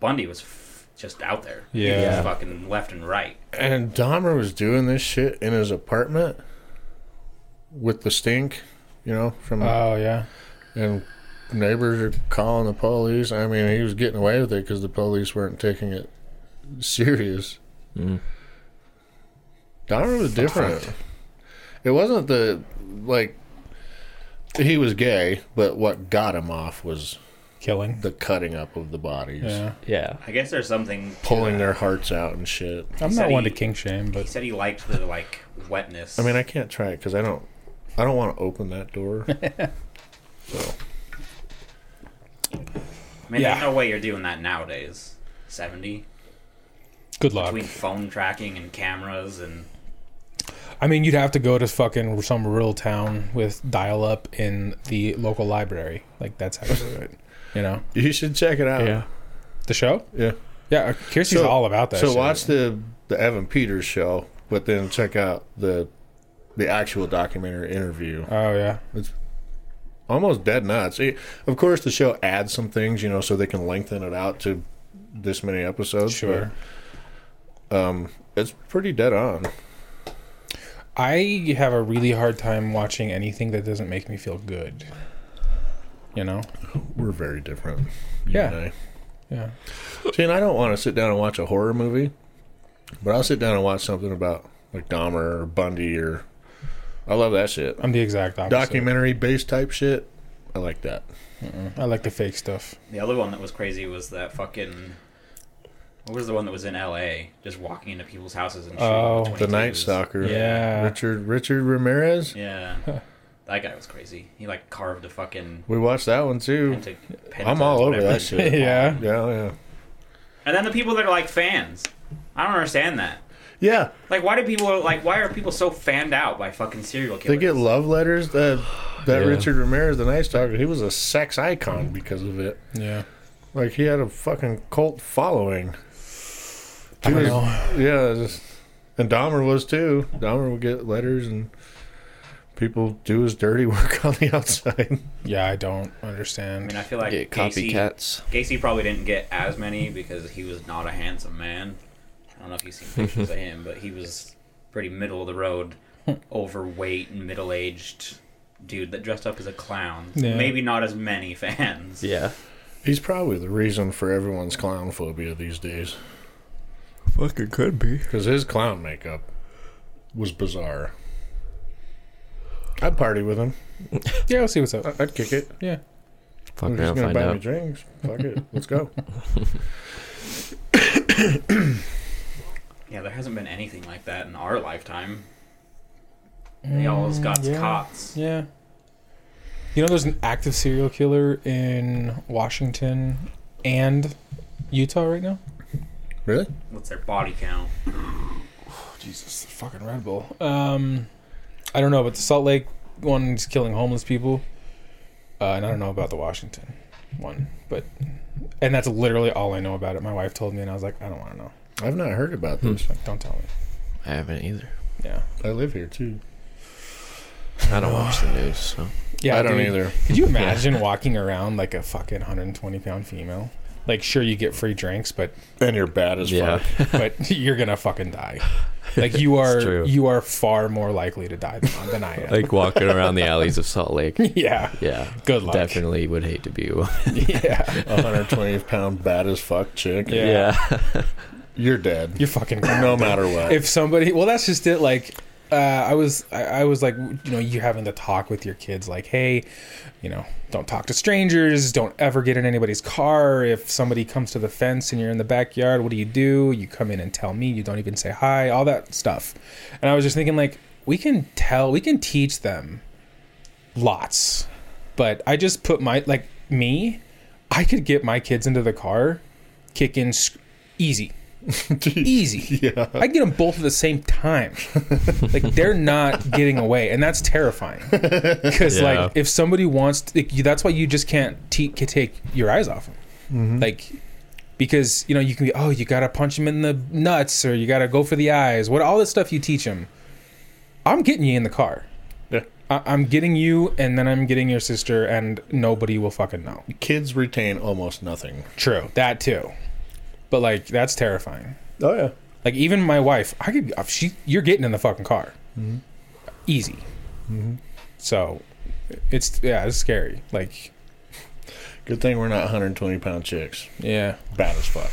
[SPEAKER 3] Bundy was f- just out there. He was
[SPEAKER 1] Yeah.
[SPEAKER 3] fucking left and right.
[SPEAKER 2] And Dahmer was doing this shit in his apartment with the stink, you know, from
[SPEAKER 1] oh yeah.
[SPEAKER 2] and neighbors are calling the police. I mean, he was getting away with it because the police weren't taking it serious. Dahmer was different. It wasn't the like he was gay, but what got him off was
[SPEAKER 1] Killing.
[SPEAKER 2] the cutting up of the bodies,
[SPEAKER 1] Yeah.
[SPEAKER 4] Yeah.
[SPEAKER 3] I guess there's something
[SPEAKER 2] pulling their hearts out and shit.
[SPEAKER 1] I'm
[SPEAKER 3] He
[SPEAKER 1] not
[SPEAKER 3] said
[SPEAKER 1] one to
[SPEAKER 3] he-
[SPEAKER 1] king shame,
[SPEAKER 3] He
[SPEAKER 1] but
[SPEAKER 3] said he liked the like wetness.
[SPEAKER 2] I mean, I can't try it because I don't, I don't want to open that door. so
[SPEAKER 3] I mean,
[SPEAKER 1] yeah.
[SPEAKER 3] there's no way you're doing that nowadays. Seventy
[SPEAKER 1] good luck.
[SPEAKER 3] between phone tracking and cameras and
[SPEAKER 1] I mean, you'd have to go to fucking some rural town with dial up in the local library. Like that's how you do it. You know
[SPEAKER 2] you should check it out.
[SPEAKER 1] the show.
[SPEAKER 2] yeah.
[SPEAKER 1] Yeah, Kirsty's
[SPEAKER 2] So-
[SPEAKER 1] all about that.
[SPEAKER 2] So
[SPEAKER 1] shit.
[SPEAKER 2] watch the the Evan Peters show, but then check out the the actual documentary interview.
[SPEAKER 1] Oh yeah.
[SPEAKER 2] Almost dead nuts. It- of course, the show adds some things, you know, so they can lengthen it out to this many episodes.
[SPEAKER 1] Sure.
[SPEAKER 2] but, um, it's pretty dead on.
[SPEAKER 1] I have a really hard time watching anything that doesn't make me feel good. You know?
[SPEAKER 2] We're very different. you
[SPEAKER 1] Yeah.
[SPEAKER 2] and
[SPEAKER 1] Yeah.
[SPEAKER 2] I. See, and I don't want to sit down and watch a horror movie, but I'll sit down and watch something about like Dahmer or Bundy or. I love that shit.
[SPEAKER 1] I'm the exact opposite.
[SPEAKER 2] Documentary based type shit. I like that.
[SPEAKER 1] I like the fake stuff.
[SPEAKER 3] the other one that was crazy was that fucking. What was the one that was in L.A. just walking into people's houses and shooting?
[SPEAKER 1] Oh.
[SPEAKER 3] with
[SPEAKER 2] The Night
[SPEAKER 3] 22s?
[SPEAKER 2] Stalker.
[SPEAKER 1] Yeah.
[SPEAKER 2] Richard Richard Ramirez.
[SPEAKER 3] Yeah, that guy was crazy. He like carved a fucking.
[SPEAKER 2] We watched that one too.
[SPEAKER 3] penta-
[SPEAKER 2] I'm
[SPEAKER 3] penta-
[SPEAKER 2] all over
[SPEAKER 3] whatever.
[SPEAKER 2] that shit.
[SPEAKER 1] yeah.
[SPEAKER 2] Yeah, yeah.
[SPEAKER 3] And then the people that are like fans, I don't understand that.
[SPEAKER 2] Yeah.
[SPEAKER 3] Like, why do people like? Why are people so fanned out by fucking serial
[SPEAKER 2] They
[SPEAKER 3] killers?
[SPEAKER 2] get love letters. That that
[SPEAKER 4] Yeah.
[SPEAKER 2] Richard Ramirez, the Night Stalker, he was a sex icon because of it.
[SPEAKER 1] Yeah.
[SPEAKER 2] Like he had a fucking cult following.
[SPEAKER 1] I
[SPEAKER 2] He
[SPEAKER 1] don't
[SPEAKER 2] was-
[SPEAKER 1] know.
[SPEAKER 2] Yeah, it was- and Dahmer was too. Dahmer would get letters and people do his dirty work on the outside.
[SPEAKER 1] Yeah, I don't
[SPEAKER 3] I
[SPEAKER 1] understand.
[SPEAKER 3] mean, I feel like
[SPEAKER 5] Yeah,
[SPEAKER 3] Casey-
[SPEAKER 5] copycats.
[SPEAKER 3] Gacy probably didn't get as many because he was not a handsome man. I don't know if you've seen pictures of him, but he was pretty middle of the road, overweight, middle aged dude that dressed up as a clown.
[SPEAKER 1] Yeah.
[SPEAKER 3] Maybe not as many fans.
[SPEAKER 4] Yeah.
[SPEAKER 2] He's probably the reason for everyone's clown phobia these days.
[SPEAKER 4] Fucking could be.
[SPEAKER 2] Because his clown makeup was bizarre. I'd party with him.
[SPEAKER 1] yeah, we'll see what's up.
[SPEAKER 2] I- I'd kick it.
[SPEAKER 1] Yeah.
[SPEAKER 4] Fuck
[SPEAKER 2] I'm just
[SPEAKER 4] around,
[SPEAKER 2] gonna
[SPEAKER 4] find
[SPEAKER 2] buy me
[SPEAKER 4] out.
[SPEAKER 2] drinks. Fuck it. Let's go.
[SPEAKER 3] Yeah, there hasn't been anything like that in our lifetime. They always got
[SPEAKER 1] yeah.
[SPEAKER 3] cots.
[SPEAKER 1] Yeah. You know, there's an active serial killer in Washington and Utah right now.
[SPEAKER 2] Really?
[SPEAKER 3] What's their body count?
[SPEAKER 1] Jesus, the fucking Red Bull. Um, I don't know, but the Salt Lake one is killing homeless people, uh, and I don't know about the Washington one, but and that's literally all I know about it. My wife told me, and I was like, I don't want to know.
[SPEAKER 2] I've not heard about this.
[SPEAKER 1] She's like, don't tell me.
[SPEAKER 4] I haven't either.
[SPEAKER 1] Yeah,
[SPEAKER 2] I live here too.
[SPEAKER 4] I don't watch the news, so
[SPEAKER 1] yeah,
[SPEAKER 2] I don't
[SPEAKER 1] dude.
[SPEAKER 2] either.
[SPEAKER 1] Could you imagine walking around like a fucking 120 pound female? Like, sure, you get free drinks, but
[SPEAKER 2] And you're bad as
[SPEAKER 4] yeah.
[SPEAKER 2] fuck.
[SPEAKER 1] but you're gonna fucking die. Like you are,
[SPEAKER 4] true.
[SPEAKER 1] you are far more likely to die than, than I am.
[SPEAKER 4] like walking around the alleys of Salt Lake.
[SPEAKER 1] yeah,
[SPEAKER 4] Yeah,
[SPEAKER 1] Good luck.
[SPEAKER 4] Definitely would hate to be one.
[SPEAKER 1] yeah,
[SPEAKER 2] A 120 pound bad as fuck chick.
[SPEAKER 1] Yeah.
[SPEAKER 2] You're dead.
[SPEAKER 1] you're fucking.
[SPEAKER 2] no matter what.
[SPEAKER 1] if somebody well that's just it like uh, I was I, I was like you know you having to talk with your kids like hey you know don't talk to strangers don't ever get in anybody's car if somebody comes to the fence and you're in the backyard what do you do you come in and tell me you don't even say hi all that stuff and I was just thinking like we can tell we can teach them lots but I just put my like me I could get my kids into the car kick in sc- easy easy
[SPEAKER 2] yeah.
[SPEAKER 1] I get them both at the same time. like they're not getting away, and that's terrifying. Because
[SPEAKER 4] Yeah.
[SPEAKER 1] like if somebody wants, to, like, you- that's why you just can't te- can take your eyes off them.
[SPEAKER 2] Mm-hmm.
[SPEAKER 1] Like because you know you can be oh you gotta punch them in the nuts or you gotta go for the eyes. What all this stuff you teach them. I'm getting you in the car.
[SPEAKER 2] Yeah.
[SPEAKER 1] I- I'm getting you, and then I'm getting your sister, and nobody will fucking know.
[SPEAKER 2] Kids retain almost nothing.
[SPEAKER 1] True, that too. But like that's terrifying.
[SPEAKER 2] Oh, yeah.
[SPEAKER 1] Like even my wife, I could. uh, She, you're getting in the fucking car,
[SPEAKER 2] Mm-hmm.
[SPEAKER 1] easy. So, it's yeah, it's scary. Like
[SPEAKER 2] Good thing we're not 120 pound chicks.
[SPEAKER 1] yeah,
[SPEAKER 2] Bad as fuck.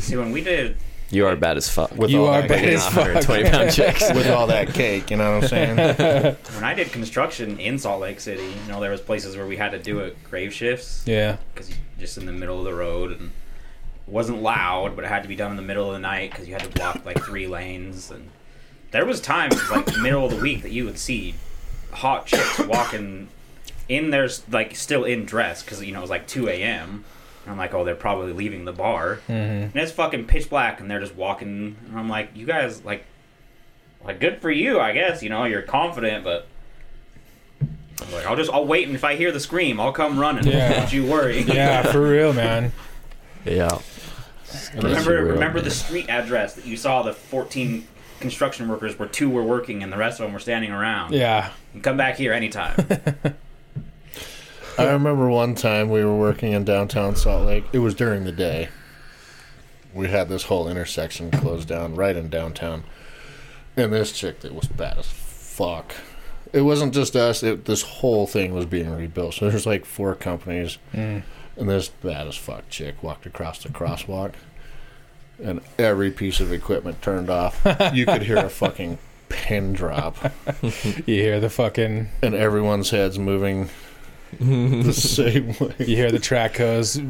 [SPEAKER 3] See, when we did,
[SPEAKER 4] You are bad as fuck.
[SPEAKER 2] With
[SPEAKER 1] you
[SPEAKER 2] all
[SPEAKER 1] are
[SPEAKER 2] that
[SPEAKER 1] bad
[SPEAKER 2] cake,
[SPEAKER 1] as fuck.
[SPEAKER 4] 120 pound chicks.
[SPEAKER 2] With all that cake, you know what I'm saying?
[SPEAKER 3] when I did construction in Salt Lake City, you know, there was places where we had to do it grave shifts
[SPEAKER 1] Yeah,
[SPEAKER 3] because you just in the middle of the road and it wasn't loud, but it had to be done in the middle of the night because you had to block like three lanes. And there was times like middle of the week that you would see hot chicks walking in their s- like still in dress because you know it was like 2 a.m. And I'm like, oh, they're probably leaving the bar, and it's fucking pitch black, and they're just walking. And I'm like, you guys like, like good for you, I guess. You know, you're confident, but. I'm like, I'll just I'll wait and if I hear the scream, I'll come running.
[SPEAKER 1] Yeah.
[SPEAKER 3] Don't you worry.
[SPEAKER 1] yeah, for real, man.
[SPEAKER 4] yeah.
[SPEAKER 3] Remember,
[SPEAKER 4] Yes, you
[SPEAKER 3] remember
[SPEAKER 4] will.
[SPEAKER 3] the street address that you saw the 14 construction workers where two were working and the rest of them were standing around.
[SPEAKER 1] Yeah,
[SPEAKER 3] You can come back here anytime.
[SPEAKER 2] I remember one time we were working in downtown Salt Lake. It was during the day. We had this whole intersection closed down right in downtown. And this chick that was bad as fuck. It wasn't just us, it, this whole thing was being rebuilt. So there's like four companies. And this bad as fuck chick walked across the crosswalk. And every piece of equipment turned off. you could hear a fucking pin drop
[SPEAKER 1] you hear the fucking,
[SPEAKER 2] and everyone's heads moving the same way.
[SPEAKER 1] you hear the track hose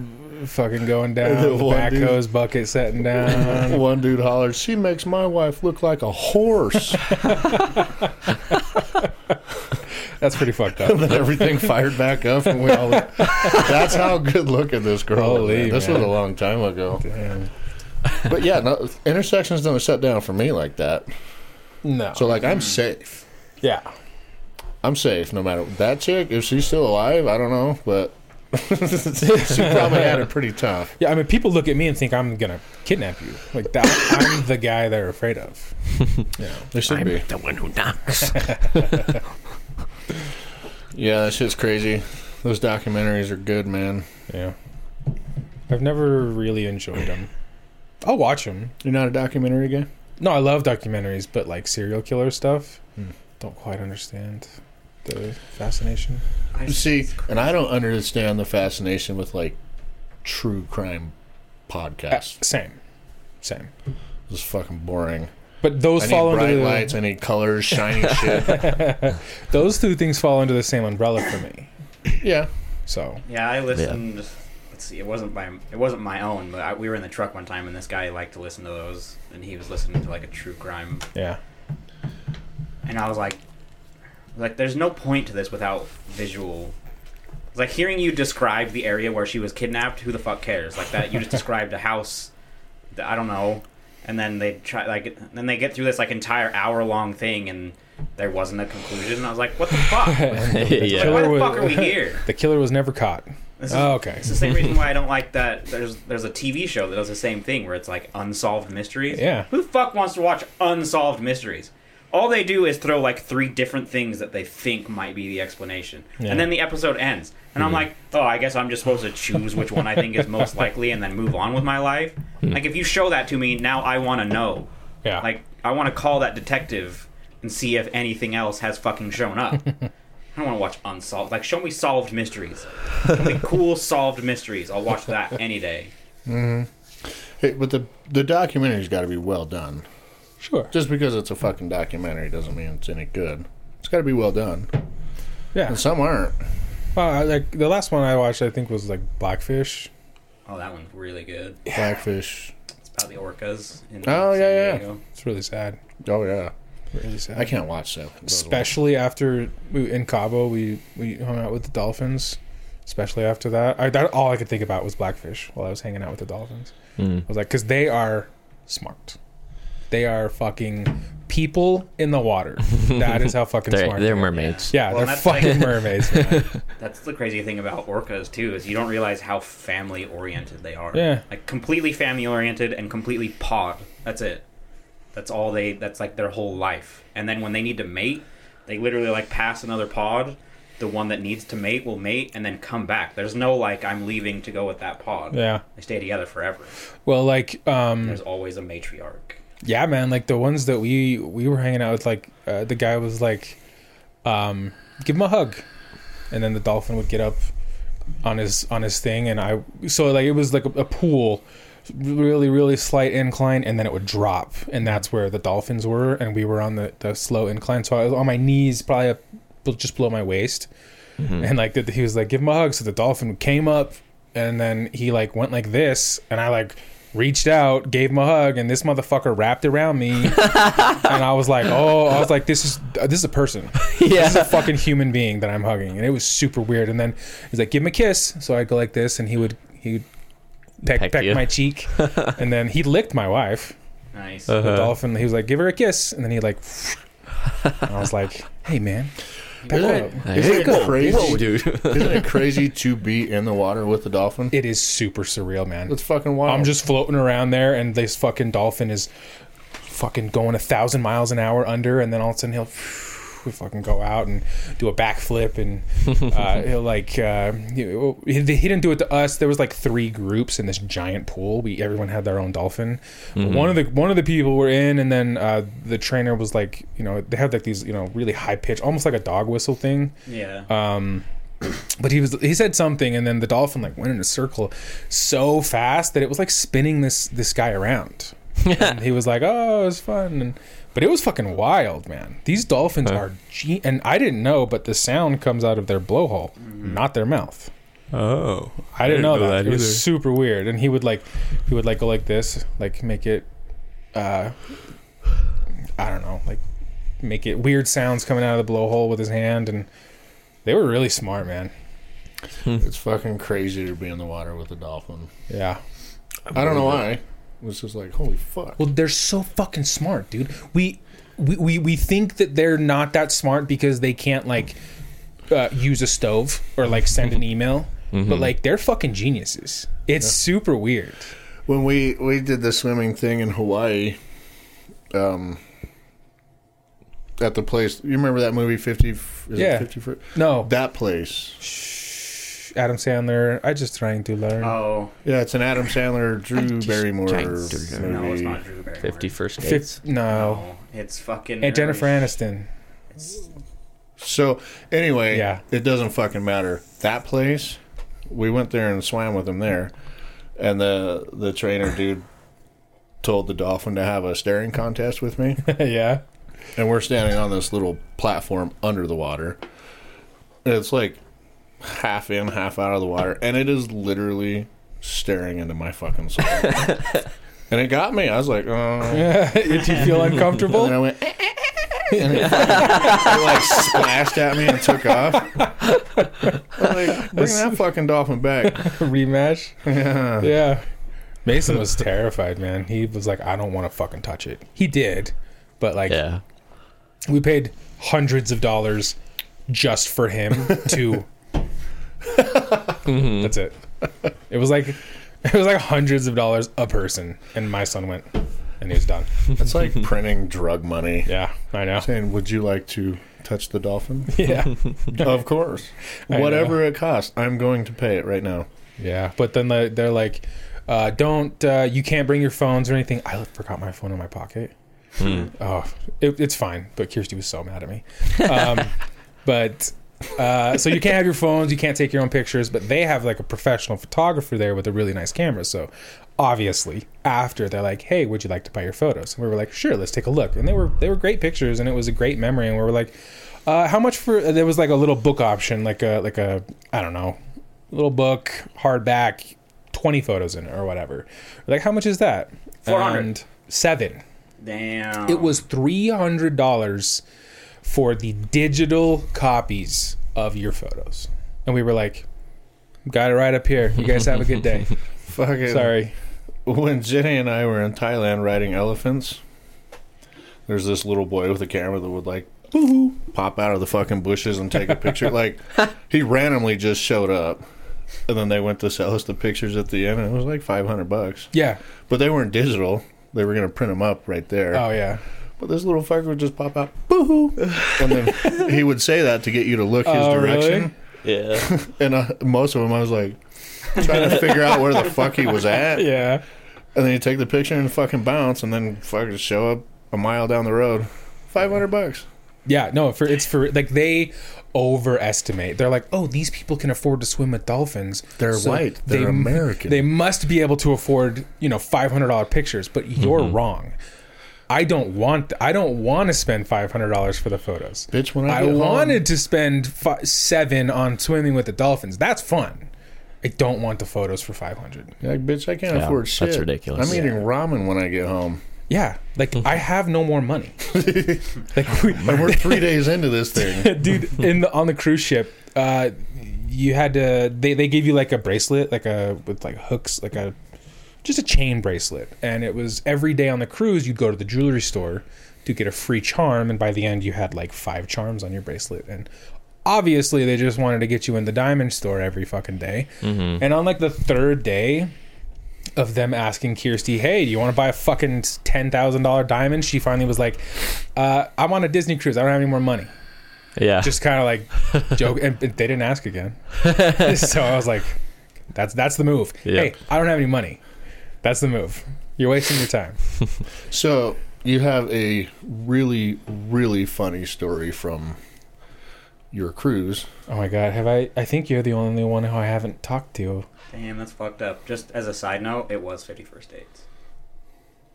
[SPEAKER 1] fucking going down,
[SPEAKER 2] The
[SPEAKER 1] the
[SPEAKER 2] one dude-
[SPEAKER 1] backhoes bucket setting down.
[SPEAKER 2] One dude hollers, "She makes my wife look like a horse,"
[SPEAKER 1] That's pretty fucked up.
[SPEAKER 2] and then everything fired back up, and we all. Went, That's how good looking this girl. was,
[SPEAKER 1] Holy,
[SPEAKER 2] man. This was
[SPEAKER 1] man.
[SPEAKER 2] a long time ago,
[SPEAKER 1] Damn.
[SPEAKER 2] but yeah, no, intersections don't shut down for me like that.
[SPEAKER 1] No.
[SPEAKER 2] So like, I'm safe.
[SPEAKER 1] yeah.
[SPEAKER 2] I'm safe no matter that chick. If she's still alive, I don't know, but she probably had it pretty tough.
[SPEAKER 1] Yeah, I mean, people look at me and think I'm gonna kidnap you. Like that, I'm the guy they're afraid of.
[SPEAKER 2] They should be.
[SPEAKER 4] the one who knocks.
[SPEAKER 2] Yeah, that shit's crazy. Those documentaries are good, man.
[SPEAKER 1] Yeah. I've never really enjoyed them. I'll watch them.
[SPEAKER 2] You're not a documentary guy.
[SPEAKER 1] No, I love documentaries, but like serial killer stuff, don't quite understand the fascination.
[SPEAKER 3] I
[SPEAKER 2] You See, and I don't understand the fascination with like true crime podcasts.
[SPEAKER 1] Uh, same. Same.
[SPEAKER 2] It's fucking boring.
[SPEAKER 1] But those
[SPEAKER 2] I need
[SPEAKER 1] fall under
[SPEAKER 2] bright
[SPEAKER 1] the,
[SPEAKER 2] lights. I need colors, shiny shit.
[SPEAKER 1] those two things fall under the same umbrella for me.
[SPEAKER 2] Yeah,
[SPEAKER 1] So
[SPEAKER 3] Yeah, I listened. Let's see, it wasn't my it wasn't my own, but I, we were in the truck one time and this guy liked to listen to those, and he was listening to like a true crime,
[SPEAKER 1] yeah.
[SPEAKER 3] and I was like, like there's no point to this without visual. It's Like hearing you describe the area where she was kidnapped, who the fuck cares? Like that, you just described a house. That, I don't know. And then they try like, then they get through this like entire hour long thing, and there wasn't a conclusion. And I was like, what the fuck? Like,
[SPEAKER 4] yeah.
[SPEAKER 3] why the
[SPEAKER 1] Killer
[SPEAKER 3] fuck
[SPEAKER 1] was-
[SPEAKER 3] are we here?
[SPEAKER 1] The killer was never caught.
[SPEAKER 3] This is,
[SPEAKER 1] Oh, okay.
[SPEAKER 3] It's the same reason why I don't like that. There's there's a TV show that does the same thing where it's like unsolved mysteries.
[SPEAKER 1] Yeah.
[SPEAKER 3] Who the fuck wants to watch unsolved mysteries? All they do is throw like three different things that they think might be the explanation,
[SPEAKER 1] Yeah. Hmm.
[SPEAKER 3] and then the episode ends. And I'm like, oh, I guess I'm just supposed to choose which one I think is most likely, and then move on with my life.
[SPEAKER 1] Hmm.
[SPEAKER 3] Like if you show that to me now, I want to know.
[SPEAKER 2] Ah.
[SPEAKER 1] Yeah.
[SPEAKER 3] Like I want to call that detective and see if anything else has fucking shown up. I don't want to watch unsolved. Like, show me solved mysteries. Show me cool solved mysteries. I'll watch that any day.
[SPEAKER 2] Hey, but the the documentary's got to be well done.
[SPEAKER 1] sure.
[SPEAKER 2] Just because it's a fucking documentary doesn't mean it's any good. It's got to be well done.
[SPEAKER 1] Yeah.
[SPEAKER 2] And some aren't.
[SPEAKER 1] Well, I, like the last one I watched, I think was like Blackfish.
[SPEAKER 3] Oh, that one's really good.
[SPEAKER 2] Blackfish.
[SPEAKER 3] It's about the orcas. In
[SPEAKER 2] Oh,
[SPEAKER 3] San
[SPEAKER 2] yeah, yeah.
[SPEAKER 3] Diego.
[SPEAKER 1] It's really sad.
[SPEAKER 2] Oh yeah.
[SPEAKER 1] Really sad.
[SPEAKER 2] I can't watch that.
[SPEAKER 1] especially after we, in Cabo, we we hung out with the dolphins. Especially after that, I, that all I could think about was blackfish while I was hanging out with the dolphins.
[SPEAKER 4] Hmm.
[SPEAKER 1] I was like, because they are smart. They are fucking people in the water. That is how fucking
[SPEAKER 4] They're,
[SPEAKER 1] smart.
[SPEAKER 4] they're
[SPEAKER 1] they are.
[SPEAKER 4] mermaids.
[SPEAKER 1] Yeah,
[SPEAKER 3] Well,
[SPEAKER 1] they're
[SPEAKER 3] that's like-
[SPEAKER 1] fucking mermaids. man.
[SPEAKER 3] That's the crazy thing about orcas too is you don't realize how family oriented they are.
[SPEAKER 1] Yeah.
[SPEAKER 3] Like completely family oriented and completely pod. That's it. That's all they. That's like their whole life. And then when they need to mate, they literally like pass another pod. The one that needs to mate will mate and then come back. There's no like I'm leaving to go with that pod.
[SPEAKER 1] Yeah.
[SPEAKER 3] They stay together forever.
[SPEAKER 1] Well, like, um,
[SPEAKER 3] There's always a matriarch.
[SPEAKER 1] yeah, man. Like the ones that we we were hanging out with, like uh, the guy was like, um, give him a hug, and then the dolphin would get up on his on his thing, and I so like it was like a, a pool, really really slight incline, and then it would drop, and that's where the dolphins were, and we were on the the slow incline, so I was on my knees, probably up, just below my waist, and like the, he was like give him a hug, so the dolphin came up, and then he like went like this, and I like. Reached out, gave him a hug, and this motherfucker wrapped around me, and I was like, "Oh, I was like, this is this is a person." this is a fucking human being that I'm hugging, and it was super weird. And then he's like, "Give him a kiss," so I go like this, and he would he would peck peck,
[SPEAKER 4] Peck you.
[SPEAKER 1] my cheek, and then he licked my wife,
[SPEAKER 3] Nice.
[SPEAKER 1] the
[SPEAKER 4] Uh-huh.
[SPEAKER 1] dolphin. He was like, "Give her a kiss," and then he like, and I was like, "Hey man, back
[SPEAKER 2] Really?
[SPEAKER 1] up."
[SPEAKER 4] Like,
[SPEAKER 2] Isn't it
[SPEAKER 4] whoa,
[SPEAKER 2] crazy?
[SPEAKER 4] whoa, dude.
[SPEAKER 2] Isn't it crazy to be in the water with a dolphin?
[SPEAKER 1] It is super surreal, man.
[SPEAKER 2] It's fucking wild.
[SPEAKER 1] I'm just floating around there, and this fucking dolphin is fucking going a thousand miles an hour under, and then all of a sudden he'll fucking go out and do a backflip, and uh, he'll like uh, you know, he, he didn't do it to us. There was like three groups in this giant pool. We everyone had their own dolphin. One of the one of the people were in, and then uh, the trainer was like, you know, they had like these you know really high pitch, almost like a dog whistle thing
[SPEAKER 3] yeah.
[SPEAKER 1] um but he was he said something and then the dolphin like went in a circle so fast that it was like spinning this this guy around and he was like oh it was fun and but it was fucking wild man these dolphins are ge- and i didn't know but the sound comes out of their blowhole not their mouth
[SPEAKER 4] Oh.
[SPEAKER 1] i didn't, know, that, it
[SPEAKER 4] either.
[SPEAKER 1] was super weird and he would like he would like go like this like make it uh i don't know like make it weird sounds coming out of the blowhole with his hand and they were really smart man
[SPEAKER 2] it's fucking crazy to be in the water with a dolphin.
[SPEAKER 1] Yeah.
[SPEAKER 2] I don't know why. It was just like, holy fuck.
[SPEAKER 1] Well, they're so fucking smart, dude. We we we, we think that they're not that smart because they can't like uh, use a stove or like send an email, but like they're fucking geniuses. It's super weird.
[SPEAKER 2] when we we did the swimming thing in Hawaii, um, at the place you remember that movie Fifty? F- Is
[SPEAKER 1] Yeah.
[SPEAKER 2] It 50 Fr-
[SPEAKER 1] No,
[SPEAKER 2] that place.
[SPEAKER 1] Shh, Adam Sandler. I just trying to learn.
[SPEAKER 3] oh
[SPEAKER 2] Yeah, it's an Adam Sandler, Drew
[SPEAKER 4] just
[SPEAKER 2] Barrymore
[SPEAKER 4] tried to-
[SPEAKER 2] movie.
[SPEAKER 3] no, it's not Drew Barrymore.
[SPEAKER 4] 50 first
[SPEAKER 1] Fif-
[SPEAKER 4] dates.
[SPEAKER 1] no.
[SPEAKER 3] No, it's
[SPEAKER 1] And
[SPEAKER 3] fucking.
[SPEAKER 1] Oh. Jennifer
[SPEAKER 3] Mary.
[SPEAKER 1] Aniston.
[SPEAKER 2] So anyway,
[SPEAKER 1] Yeah.
[SPEAKER 2] it doesn't fucking matter. That place, we went there and swam with him there, and the the trainer dude told the dolphin to have a staring contest with me.
[SPEAKER 1] yeah.
[SPEAKER 2] and we're standing on this little platform under the water. And it's like half in, half out of the water, and it is literally staring into my fucking soul. and it got me. I was like, oh.
[SPEAKER 1] Did you feel
[SPEAKER 2] And then I
[SPEAKER 1] uncomfortable?
[SPEAKER 2] went, "Eh, eh, eh, eh, and it, fucking- it, like splashed at me and took off. I'm like, bring that fucking dolphin back.
[SPEAKER 1] rematch.
[SPEAKER 2] Yeah.
[SPEAKER 1] Yeah. Mason was terrified, man. He was like, I don't want to fucking touch it. He did, but like,
[SPEAKER 4] Yeah.
[SPEAKER 1] we paid hundreds of dollars just for him to. Mm-hmm. That's it. It was like, it was like hundreds of dollars a person, and my son went, and he was done.
[SPEAKER 2] It's like printing drug money.
[SPEAKER 1] Yeah, I know.
[SPEAKER 2] Saying, would you like to touch the dolphin?
[SPEAKER 1] Yeah,
[SPEAKER 2] of course.
[SPEAKER 1] I know.
[SPEAKER 2] Whatever it costs, I'm going to pay it right now.
[SPEAKER 1] yeah. But then the, they're like, uh, don't uh, you can't bring your phones or anything. I forgot my phone in my pocket. Oh, it, it's fine. But Kirsty was so mad at me. Um, but uh, so you can't have your phones, you can't take your own pictures. But they have like a professional photographer there with a really nice camera. So obviously, after they're like, "Hey, would you like to buy your photos?" And we were like, "Sure, let's take a look." And they were they were great pictures, and it was a great memory. And we were like, uh, "How much for?" There was like a little book option, like a like a I don't know, little book hardback, twenty photos in it or whatever. We're like, how much is that?
[SPEAKER 3] 400.
[SPEAKER 1] And Seven.
[SPEAKER 3] Damn.
[SPEAKER 1] It was three hundred dollars for the digital copies of your photos, and we were like, "Got it right up here. You guys have a good day."
[SPEAKER 2] Fucking
[SPEAKER 1] Sorry.
[SPEAKER 2] when Jenny and I were in Thailand riding elephants, there's this little boy with a camera that would like boo-hoo, pop out of the fucking bushes and take a picture. like he randomly just showed up, and then they went to sell us the pictures at the end, and it was like five hundred bucks.
[SPEAKER 1] Yeah.
[SPEAKER 2] But they weren't digital; they were gonna print them up right there.
[SPEAKER 1] Oh yeah.
[SPEAKER 2] But this little fucker would just pop out, boo-hoo, and then he would say that to get you to look his
[SPEAKER 1] Oh, really?
[SPEAKER 2] direction.
[SPEAKER 4] Yeah.
[SPEAKER 2] And uh, most of them, I was like. trying to figure out where the fuck he was at.
[SPEAKER 1] Yeah.
[SPEAKER 2] And then you take the picture and fucking bounce, and then fucking show up a mile down the road. 500 bucks.
[SPEAKER 1] Yeah. No. For it's for like they overestimate. They're like, oh, these people can afford to swim with dolphins.
[SPEAKER 2] They're white. They're American."
[SPEAKER 1] They must be able to afford you know five hundred dollar pictures. But you're
[SPEAKER 2] Mm-hmm.
[SPEAKER 1] wrong. I don't want. I don't want to spend five hundred dollars for the photos.
[SPEAKER 2] Bitch, when I,
[SPEAKER 1] I
[SPEAKER 2] get home-
[SPEAKER 1] wanted to spend fi- seven on swimming with the dolphins. That's fun. I don't want the photos for five hundred.
[SPEAKER 2] You're like, bitch, I can't
[SPEAKER 4] Yeah,
[SPEAKER 2] afford
[SPEAKER 4] that's
[SPEAKER 2] shit.
[SPEAKER 4] ridiculous.
[SPEAKER 2] I'm eating ramen when I get home.
[SPEAKER 1] Yeah, like I have no more money. like we,
[SPEAKER 2] And we're three days into this thing.
[SPEAKER 1] dude, in the on the cruise ship, uh, you had to. They they gave you like a bracelet, like a with like hooks, like a just a chain bracelet, and it was every day on the cruise. You'd go to the jewelry store to get a free charm, and by the end, you had like five charms on your bracelet, and. Obviously, they just wanted to get you in the diamond store every fucking day. And on like the third day, of them asking Kirsty, "Hey, do you want to buy a fucking ten thousand dollar diamond?" She finally was like, uh, "I'm on a Disney cruise. I don't have any more money."
[SPEAKER 4] Yeah.
[SPEAKER 1] Just kind of like joke, and but they didn't ask again. so I was like, "That's that's the move."
[SPEAKER 4] Yeah.
[SPEAKER 1] Hey, I don't have any money. That's the move. You're wasting your time.
[SPEAKER 2] so you have a really, really funny story from your cruise.
[SPEAKER 1] Oh my god, have I? I think you're the only one who I haven't talked to.
[SPEAKER 3] Damn, that's fucked up. Just as a side note, it was 51st dates.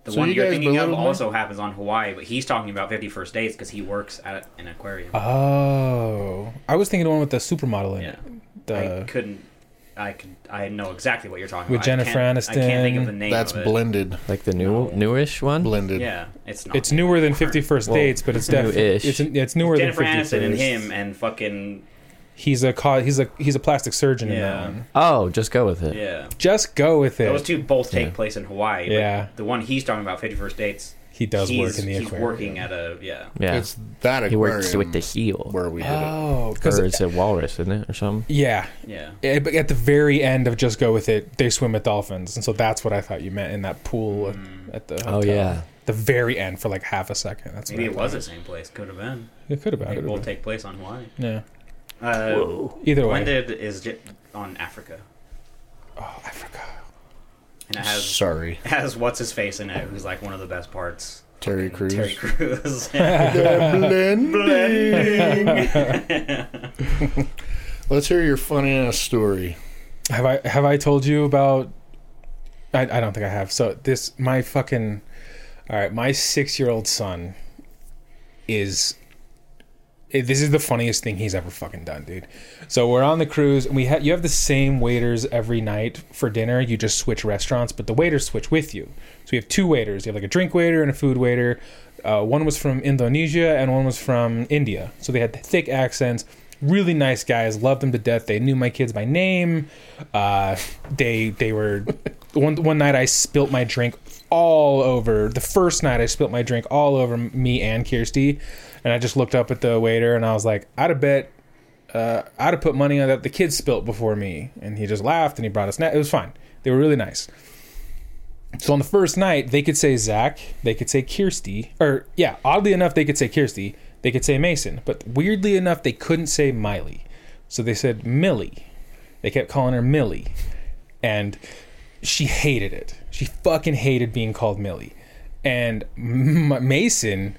[SPEAKER 3] The
[SPEAKER 2] So
[SPEAKER 3] one
[SPEAKER 2] you
[SPEAKER 3] you're
[SPEAKER 2] guys
[SPEAKER 3] thinking of
[SPEAKER 2] belittled me?
[SPEAKER 3] also happens on Hawaii, but he's talking about 51st dates because he works at an aquarium.
[SPEAKER 1] Uh, Oh, I was thinking the one with the supermodel in
[SPEAKER 3] yeah,
[SPEAKER 1] it. The
[SPEAKER 3] I
[SPEAKER 2] Uh,
[SPEAKER 3] couldn't. I could. I know exactly what you're talking
[SPEAKER 1] With
[SPEAKER 3] about. I
[SPEAKER 1] Jennifer
[SPEAKER 3] can't- I
[SPEAKER 1] Aniston.
[SPEAKER 3] can't think of the name.
[SPEAKER 2] That's
[SPEAKER 3] of it.
[SPEAKER 2] blended.
[SPEAKER 4] like the new newish one.
[SPEAKER 2] Blended.
[SPEAKER 3] Yeah, it's not.
[SPEAKER 1] it's newer than Fifty First
[SPEAKER 4] Well,
[SPEAKER 1] Dates, but it's definitely
[SPEAKER 4] new-ish.
[SPEAKER 1] it's, it's newer
[SPEAKER 3] Jennifer
[SPEAKER 1] than Fifty First.
[SPEAKER 3] Aniston and him and fucking
[SPEAKER 1] He's a co- he's a he's a plastic surgeon in that
[SPEAKER 3] Yeah.
[SPEAKER 1] one.
[SPEAKER 4] Oh, just go with it.
[SPEAKER 3] yeah.
[SPEAKER 1] Just go with it.
[SPEAKER 3] Those two both take place in Hawaii. but
[SPEAKER 1] Yeah.
[SPEAKER 3] the one he's talking about, 51st dates.
[SPEAKER 1] he does
[SPEAKER 3] he's,
[SPEAKER 1] work in the
[SPEAKER 3] he's
[SPEAKER 1] aquarium.
[SPEAKER 3] working at a yeah.
[SPEAKER 4] Yeah.
[SPEAKER 2] It's that aquarium
[SPEAKER 4] he works with the heel.
[SPEAKER 2] where we did it.
[SPEAKER 1] Oh, because
[SPEAKER 4] Or it's a walrus, isn't it? Or something?
[SPEAKER 1] yeah,
[SPEAKER 3] Yeah.
[SPEAKER 1] Eh, but at the very end of Just Go with It, they swim with dolphins, and so that's what I thought you meant in that pool at-
[SPEAKER 3] Mm.
[SPEAKER 1] at the hotel.
[SPEAKER 4] Oh, yeah.
[SPEAKER 1] the very end for like half a second. That's
[SPEAKER 3] Maybe
[SPEAKER 1] what
[SPEAKER 3] it was the same place. Could have been.
[SPEAKER 1] I- it could have been.
[SPEAKER 3] It
[SPEAKER 1] could've
[SPEAKER 3] will
[SPEAKER 1] been.
[SPEAKER 3] take place on Hawaii.
[SPEAKER 1] Yeah.
[SPEAKER 3] Uh,
[SPEAKER 4] Oh.
[SPEAKER 1] Either way,
[SPEAKER 3] When did is J- on Africa,
[SPEAKER 1] oh, I forgot.
[SPEAKER 3] and it has
[SPEAKER 2] Sorry,
[SPEAKER 3] it has what's his face in it, who's like one of the best parts.
[SPEAKER 2] Terry Crews.
[SPEAKER 3] Terry Crews.
[SPEAKER 2] Let's hear your funny ass story.
[SPEAKER 1] Have I have I told you about? I, I don't think I have. So this my fucking all right. My six year old son is. eh, This is the funniest thing he's ever fucking done, dude. So we're on the cruise, and we ha- you have the same waiters every night for dinner. You just switch restaurants, but the waiters switch with you. So you have two waiters. You have like a drink waiter and a food waiter. Uh, one was from Indonesia and one was from India. So they had thick accents, really nice guys, loved them to death. They knew my kids by name. Uh, they they were one one night I spilt my drink all over. The first night I spilt my drink all over me and Kirsty, and I just looked up at the waiter and I was like, I'd have bet. Uh, I'd have put money on that the kids spilt before me, and he just laughed and he brought us. Na- it was fine. They were really nice. So on the first night, they could say Zach, they could say Kirsty, or yeah, oddly enough, they could say Kirsty, they could say Mason, but weirdly enough, they couldn't say Miley. So they said Millie. They kept calling her Millie, and she hated it. She fucking hated being called Millie. And M- Mason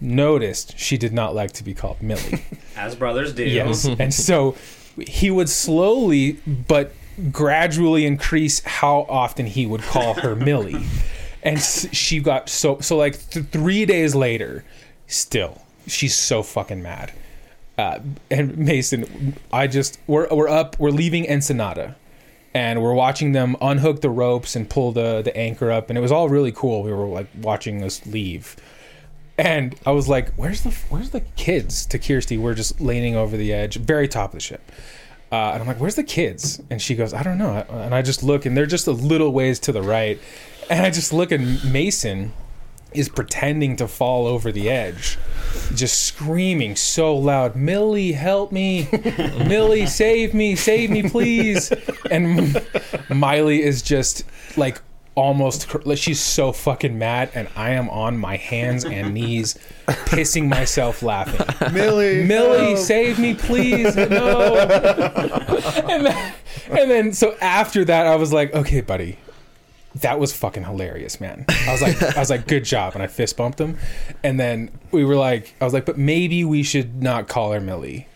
[SPEAKER 1] noticed she did not like to be called Millie.
[SPEAKER 3] As brothers do.
[SPEAKER 1] Yes. and so he would slowly but gradually increase how often he would call her Millie. And s- she got so, so like th- three days later, still, she's so fucking mad. Uh, and Mason, I just, we're, we're up, we're leaving Ensenada. And we're watching them unhook the ropes and pull the, the anchor up. And it was all really cool. We were like watching us leave and I was like, "Where's the where's the kids?" To Kirsty, we're just leaning over the edge, very top of the ship, uh, and I'm like, "Where's the kids?" And she goes, "I don't know," and I just look, and they're just a little ways to the right, and I just look, and Mason is pretending to fall over the edge, just screaming so loud, "Millie, help me! Millie, save me! Save me, please!" And Miley is just like almost cr- like she's so fucking mad and i am on my hands and knees pissing myself laughing
[SPEAKER 2] Millie,
[SPEAKER 1] Millie, save me, please. No. and, then, and then, so after that, I was like, okay, buddy, that was fucking hilarious, man. I was like, I was like, good job. And I fist bumped him. And then we were like, I was like, but maybe we should not call her Millie.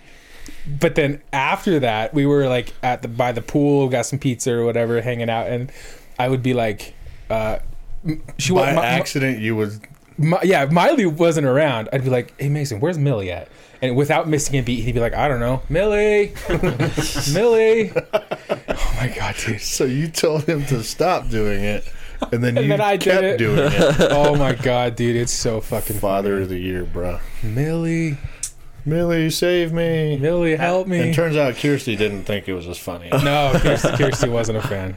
[SPEAKER 1] But then after that, we were like at the by the pool, got some pizza or whatever, hanging out, and I would be like, uh, m- she wa-
[SPEAKER 2] By
[SPEAKER 1] my- my-
[SPEAKER 2] accident, you would.
[SPEAKER 1] my, yeah, if Miley wasn't around, I'd be like, "Hey Mason, where's Millie at?" And without missing a beat, he'd be like, "I don't know, Millie, Millie." Oh my god, dude!
[SPEAKER 2] So you told him to stop doing it, and then you
[SPEAKER 1] then I did
[SPEAKER 2] kept
[SPEAKER 1] it.
[SPEAKER 2] doing it.
[SPEAKER 1] Oh my god, dude! It's so fucking
[SPEAKER 2] Father of the year, bro.
[SPEAKER 1] Millie,
[SPEAKER 2] Millie, save me.
[SPEAKER 1] Millie, help
[SPEAKER 2] And
[SPEAKER 1] me!
[SPEAKER 2] turns out Kirsty didn't think it was as funny.
[SPEAKER 1] No, Kirsty, Kirsty wasn't a fan.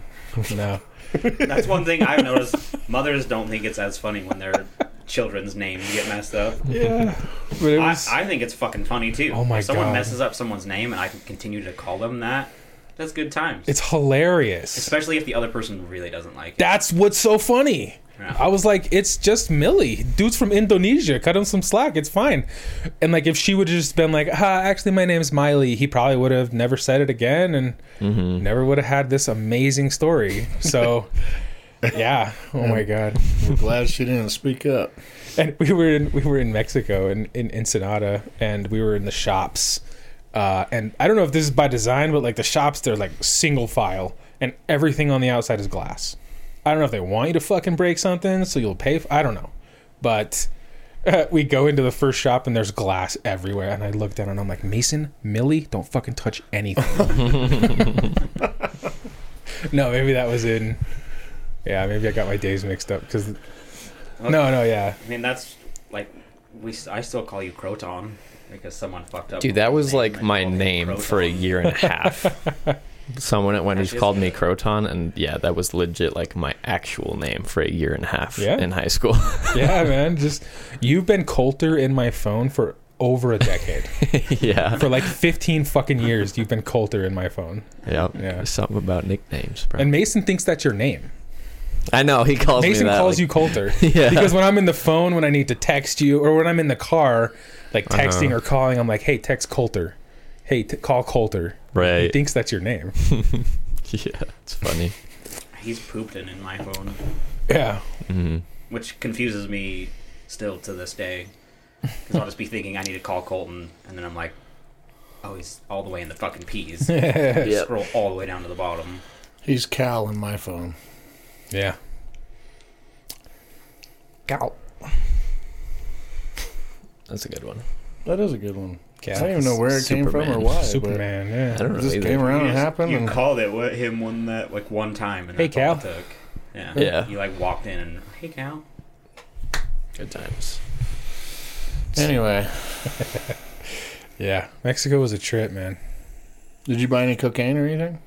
[SPEAKER 1] No,
[SPEAKER 3] That's one thing I've noticed. Mothers don't think it's as funny when their children's names get messed up.
[SPEAKER 1] yeah, but it
[SPEAKER 3] I,
[SPEAKER 1] was.
[SPEAKER 3] I think it's fucking funny too.
[SPEAKER 1] Oh my
[SPEAKER 3] if someone
[SPEAKER 1] God.
[SPEAKER 3] messes up someone's name and I can continue to call them that, that's good times.
[SPEAKER 1] it's hilarious.
[SPEAKER 3] Especially if the other person really doesn't like it.
[SPEAKER 1] That's what's so funny.
[SPEAKER 3] Yeah.
[SPEAKER 1] I was like, it's just Millie. Dude's from Indonesia. Cut him some slack. It's fine. And like, if she would have just been like, ah, actually, my name's Miley, he probably would have never said it again and never would have had this amazing story. So, yeah. Oh my God.
[SPEAKER 2] We're glad she didn't speak up.
[SPEAKER 1] And we were in we were in Mexico in in Ensenada, and we were in the shops. Uh, and I don't know if this is by design, but like the shops, they're like single file, and everything on the outside is glass. I don't know if they want you to fucking break something, so you'll pay. For, I don't know, but uh, we go into the first shop and there's glass everywhere, and I look down and I'm like, Mason, Millie, don't fucking touch anything. no, maybe that was in. Yeah, maybe I got my days mixed up because. No, no, yeah.
[SPEAKER 3] I mean, that's like we. s- I still call you Croton because someone fucked up.
[SPEAKER 5] Dude, that was
[SPEAKER 3] my
[SPEAKER 5] like
[SPEAKER 3] name and
[SPEAKER 5] my
[SPEAKER 3] called me
[SPEAKER 5] name for a
[SPEAKER 3] Croton.
[SPEAKER 5] year and a half. Someone at Wendy's
[SPEAKER 3] That is
[SPEAKER 5] called me Croton, and yeah, that was legit like my actual name for a year and a half
[SPEAKER 1] Yeah.
[SPEAKER 5] in high school.
[SPEAKER 1] yeah, man. Just you've been Coulter in my phone for over a decade.
[SPEAKER 5] yeah.
[SPEAKER 1] for like 15 fucking years, you've been Coulter in my phone.
[SPEAKER 5] Yep.
[SPEAKER 1] Yeah.
[SPEAKER 5] Something about nicknames, bro.
[SPEAKER 1] And Mason thinks that's your name.
[SPEAKER 5] I know, he calls
[SPEAKER 1] Mason
[SPEAKER 5] me that.
[SPEAKER 1] calls
[SPEAKER 5] like,
[SPEAKER 1] you Coulter
[SPEAKER 5] Yeah.
[SPEAKER 1] because when I'm in the phone, when I need to text you, or when I'm in the car, like texting or calling, I'm like, "Hey, text Coulter. Hey, t- call Coulter." He
[SPEAKER 5] Right.
[SPEAKER 1] thinks that's your name.
[SPEAKER 5] yeah, it's funny.
[SPEAKER 3] He's pooped in in my phone,
[SPEAKER 1] Yeah.
[SPEAKER 3] which confuses me still to this day. Because I'll just be thinking I need to call Colton, and then I'm like, oh, he's all the way in the fucking peas. Scroll all the way down to the bottom.
[SPEAKER 2] He's Cal in my phone.
[SPEAKER 1] Yeah.
[SPEAKER 5] Gout. That's a good one.
[SPEAKER 2] That is a good one.
[SPEAKER 1] Cal.
[SPEAKER 2] I don't even know where it came from or
[SPEAKER 5] Superman.
[SPEAKER 2] why. but
[SPEAKER 1] Superman.
[SPEAKER 5] I
[SPEAKER 1] Yeah.
[SPEAKER 5] don't
[SPEAKER 2] It
[SPEAKER 5] know
[SPEAKER 2] just
[SPEAKER 5] either.
[SPEAKER 2] came around
[SPEAKER 3] You
[SPEAKER 2] and
[SPEAKER 3] just-
[SPEAKER 2] happened.
[SPEAKER 3] You
[SPEAKER 2] and-
[SPEAKER 3] called it what, him one that like one time, and
[SPEAKER 1] Hey,
[SPEAKER 3] that's all it
[SPEAKER 1] Cal.
[SPEAKER 3] took. Yeah.
[SPEAKER 5] Yeah.
[SPEAKER 3] You like walked in and hey Cal.
[SPEAKER 5] Good times.
[SPEAKER 2] Anyway,
[SPEAKER 1] Yeah, Mexico was a trip, man.
[SPEAKER 2] did you buy any cocaine or anything?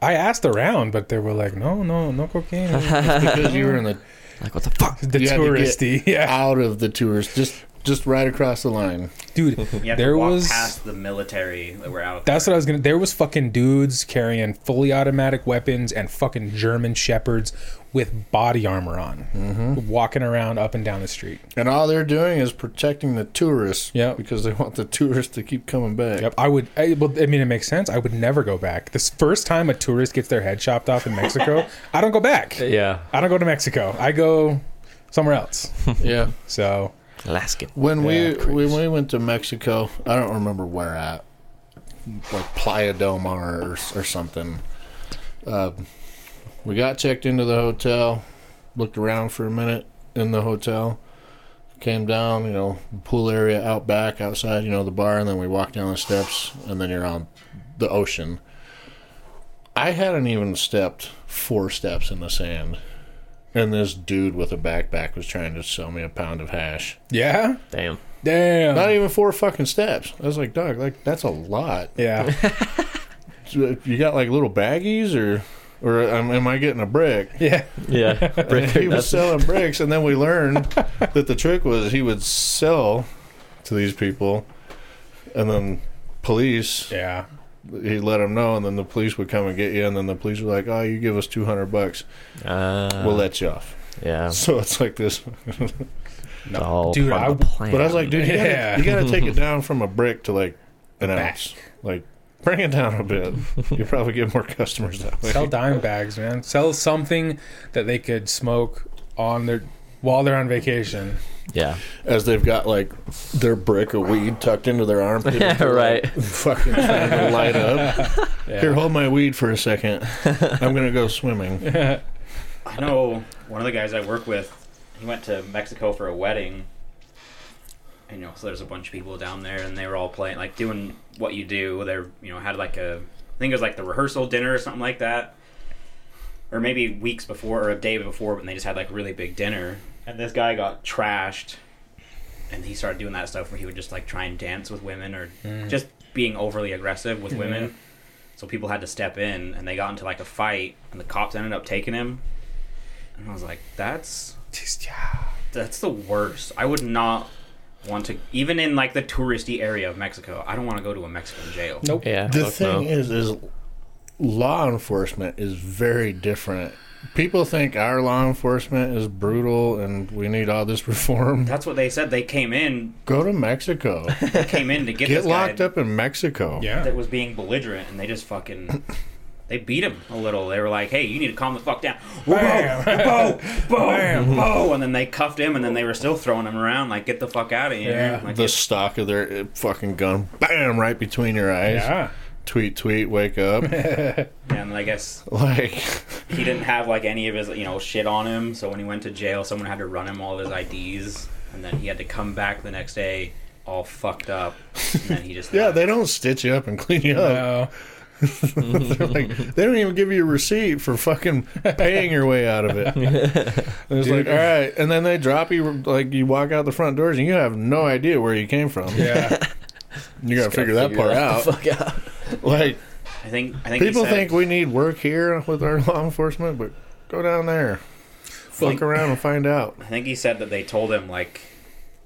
[SPEAKER 1] I asked around, but they were like, "No, no, no cocaine."
[SPEAKER 2] Because you were in the
[SPEAKER 5] Like what the fuck?
[SPEAKER 1] the
[SPEAKER 2] You had to get-
[SPEAKER 1] touristy, yeah,
[SPEAKER 2] out of the tours, just just right across the line.
[SPEAKER 1] dude.
[SPEAKER 3] You have
[SPEAKER 1] There
[SPEAKER 3] to walk
[SPEAKER 1] was-
[SPEAKER 3] past the military that were out.
[SPEAKER 1] That's what
[SPEAKER 3] there.
[SPEAKER 1] I was gonna. There was fucking dudes carrying fully automatic weapons and fucking German shepherds with body armor on,
[SPEAKER 2] Mm-hmm.
[SPEAKER 1] walking around up and down the street.
[SPEAKER 2] And all they're doing is protecting the tourists.
[SPEAKER 1] Yeah.
[SPEAKER 2] Because they want the tourists to keep coming back.
[SPEAKER 1] Yep, I would. I, well, I mean, it makes sense. I would never go back. This first time a tourist gets their head chopped off in Mexico, I don't go back.
[SPEAKER 4] Yeah.
[SPEAKER 1] I don't go to Mexico. I go somewhere else.
[SPEAKER 2] Yeah.
[SPEAKER 1] So
[SPEAKER 5] Alaskan.
[SPEAKER 2] When
[SPEAKER 1] Yeah,
[SPEAKER 2] we when we went to Mexico, I don't remember where at, like Playa del Mar or, or something. Uh, we got checked into the hotel, looked around for a minute in the hotel, came down, you know, pool area out back outside, you know, the bar, and then we walked down the steps, and then you're on the ocean. I hadn't even stepped four steps in the sand, and this dude with a backpack was trying to sell me a pound of hash.
[SPEAKER 1] yeah,
[SPEAKER 5] Damn.
[SPEAKER 1] damn.
[SPEAKER 2] Not even four fucking steps. I was like, dog, like that's a lot.
[SPEAKER 1] yeah,
[SPEAKER 2] You got like little baggies, or, or um, am, am I getting a brick?
[SPEAKER 1] yeah.
[SPEAKER 4] Yeah.
[SPEAKER 2] And he was selling bricks, and then we learned that the trick was he would sell to these people, and then police
[SPEAKER 1] Yeah.
[SPEAKER 2] he'd let them know, and then the police would come and get you, and then the police were like, oh, you give us two hundred bucks,
[SPEAKER 5] Uh,
[SPEAKER 4] Uh-huh.
[SPEAKER 2] we'll let you off.
[SPEAKER 5] yeah.
[SPEAKER 2] So it's like this.
[SPEAKER 5] It's all
[SPEAKER 1] dude,
[SPEAKER 5] part
[SPEAKER 1] I
[SPEAKER 5] of the plan.
[SPEAKER 2] But I was like, dude, you gotta,
[SPEAKER 1] Yeah.
[SPEAKER 2] you gotta take it down from a brick to like an
[SPEAKER 1] Back.
[SPEAKER 2] ounce. Like, bring it down a bit. You'll probably get more customers that way.
[SPEAKER 1] Sell dime bags, man. Sell something that they could smoke on their while they're on vacation.
[SPEAKER 5] yeah.
[SPEAKER 2] As they've got like their brick of weed tucked into their armpit.
[SPEAKER 5] Yeah, right.
[SPEAKER 2] Fucking trying to light up.
[SPEAKER 1] Yeah.
[SPEAKER 2] Here, hold my weed for a second. I'm gonna go swimming.
[SPEAKER 3] I know one of the guys I work with. He went to Mexico for a wedding. And, you know, so there's a bunch of people down there, and they were all playing, like doing what you do. They, are you know, had like a, I think it was like the rehearsal dinner or something like that, or maybe weeks before or a day before, when they just had like a really big dinner. And this guy got trashed, and he started doing that stuff where he would just like try and dance with women or just being overly aggressive with women. So people had to step in, and they got into like a fight, and the cops ended up taking him. And I was like, that's
[SPEAKER 1] Just, yeah.
[SPEAKER 3] that's the worst. I would not want to, even in like the touristy area of Mexico. I don't want to go to a Mexican jail.
[SPEAKER 1] Nope.
[SPEAKER 5] Yeah.
[SPEAKER 2] The
[SPEAKER 5] fuck
[SPEAKER 2] thing
[SPEAKER 5] no.
[SPEAKER 2] is, is law enforcement is very different. People think our law enforcement is brutal and we need all this reform.
[SPEAKER 3] That's what they said. They came in,
[SPEAKER 2] Go to Mexico.
[SPEAKER 3] they came in to get,
[SPEAKER 2] Get
[SPEAKER 3] this guy
[SPEAKER 2] locked up in Mexico.
[SPEAKER 1] Yeah.
[SPEAKER 3] that was being belligerent, and they just fucking. They beat him a little. They were like, "Hey, you need to calm the fuck down."
[SPEAKER 1] Bam.
[SPEAKER 3] Bo, bo, bo, and then they cuffed him, and then they were still throwing him around, like, "Get the fuck out of here!"
[SPEAKER 1] Yeah.
[SPEAKER 3] Like,
[SPEAKER 2] the
[SPEAKER 3] it's-
[SPEAKER 2] stock of their uh, fucking gun, bam, right between your eyes.
[SPEAKER 1] Yeah.
[SPEAKER 2] Tweet, tweet, wake up.
[SPEAKER 3] and I guess
[SPEAKER 2] like,
[SPEAKER 3] he didn't have like any of his you know shit on him so when he went to jail someone had to run him all his ids and then he had to come back the next day all fucked up and then he just
[SPEAKER 2] yeah, they don't stitch you up and clean you up.
[SPEAKER 1] No.
[SPEAKER 2] They're like, they don't even give you a receipt for fucking paying your way out of it. And it's like, all right, and then they drop you. Like, you walk out the front doors and you have no idea where you came from.
[SPEAKER 1] Yeah.
[SPEAKER 2] You gotta figure that part out. Like,
[SPEAKER 3] i think i think he
[SPEAKER 2] people
[SPEAKER 3] said-
[SPEAKER 2] think we need work here with our law enforcement, but go down there, fuck
[SPEAKER 3] Like-
[SPEAKER 2] around and find out.
[SPEAKER 3] i think he said that they told him like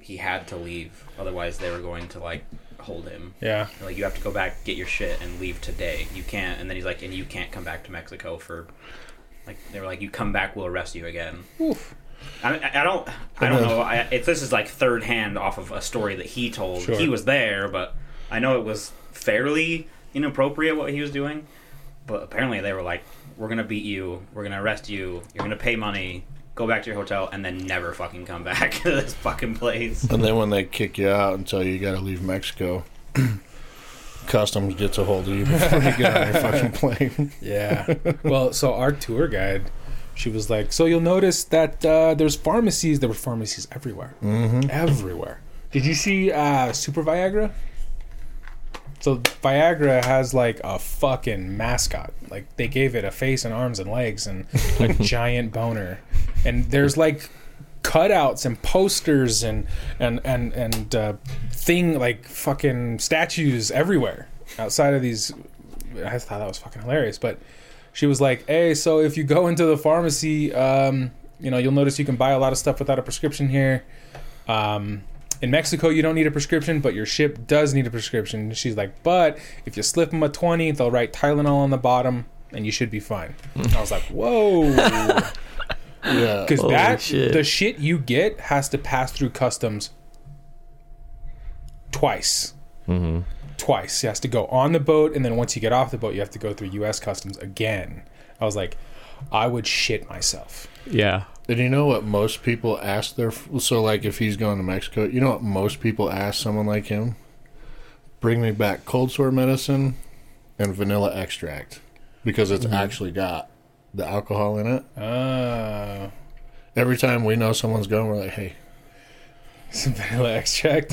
[SPEAKER 3] he had to leave otherwise they were going to like hold him
[SPEAKER 1] Yeah.
[SPEAKER 3] like you have to go back get your shit and leave today you can't and then he's like and you can't come back to mexico for like they were like you come back we'll arrest you again
[SPEAKER 1] Oof. uh,
[SPEAKER 3] I, I- I don't I don't know I, if this is like third hand off of a story that he told.
[SPEAKER 1] Sure.
[SPEAKER 3] He was there, but I know it was fairly inappropriate what he was doing. But apparently they were like, "We're gonna beat you. We're gonna arrest you. You're gonna pay money. Go back to your hotel, and then never fucking come back to this fucking place."
[SPEAKER 2] And then when they kick you out and tell you you got to leave Mexico, customs gets a hold of you before you get on your fucking plane.
[SPEAKER 1] Yeah. well, so our tour guide, she was like, "So you'll notice that uh, there's pharmacies. There were pharmacies everywhere, everywhere. Did you see uh, Super Viagra? So Viagra has like a fucking mascot. Like they gave it a face and arms and legs and a giant boner. And there's like cutouts and posters and and and and uh, thing like fucking statues everywhere outside of these. I thought that was fucking hilarious, but she was like, "Hey, so if you go into the pharmacy, um, you know, you'll notice you can buy a lot of stuff without a prescription here. Um, in Mexico, you don't need a prescription, but your ship does need a prescription." And she's like, "But if you slip them a twenty, they'll write Tylenol on the bottom, and you should be fine." I was like, "Whoa."
[SPEAKER 2] Yeah.
[SPEAKER 1] Because
[SPEAKER 4] Holy
[SPEAKER 1] that
[SPEAKER 4] shit.
[SPEAKER 1] the shit you get has to pass through customs twice.
[SPEAKER 4] Mm-hmm.
[SPEAKER 1] Twice. It has to go on the boat, and then once you get off the boat, you have to go through U.S. customs again. I was like, I would shit myself.
[SPEAKER 5] Yeah.
[SPEAKER 2] And you know what most people ask their so like if he's going to Mexico, you know what most people ask someone like him? Bring me back cold sore medicine and vanilla extract because it's
[SPEAKER 1] Mm-hmm.
[SPEAKER 2] actually got the alcohol in it.
[SPEAKER 1] Uh,
[SPEAKER 2] Every time we know someone's going, we're like, hey.
[SPEAKER 1] some vanilla extract.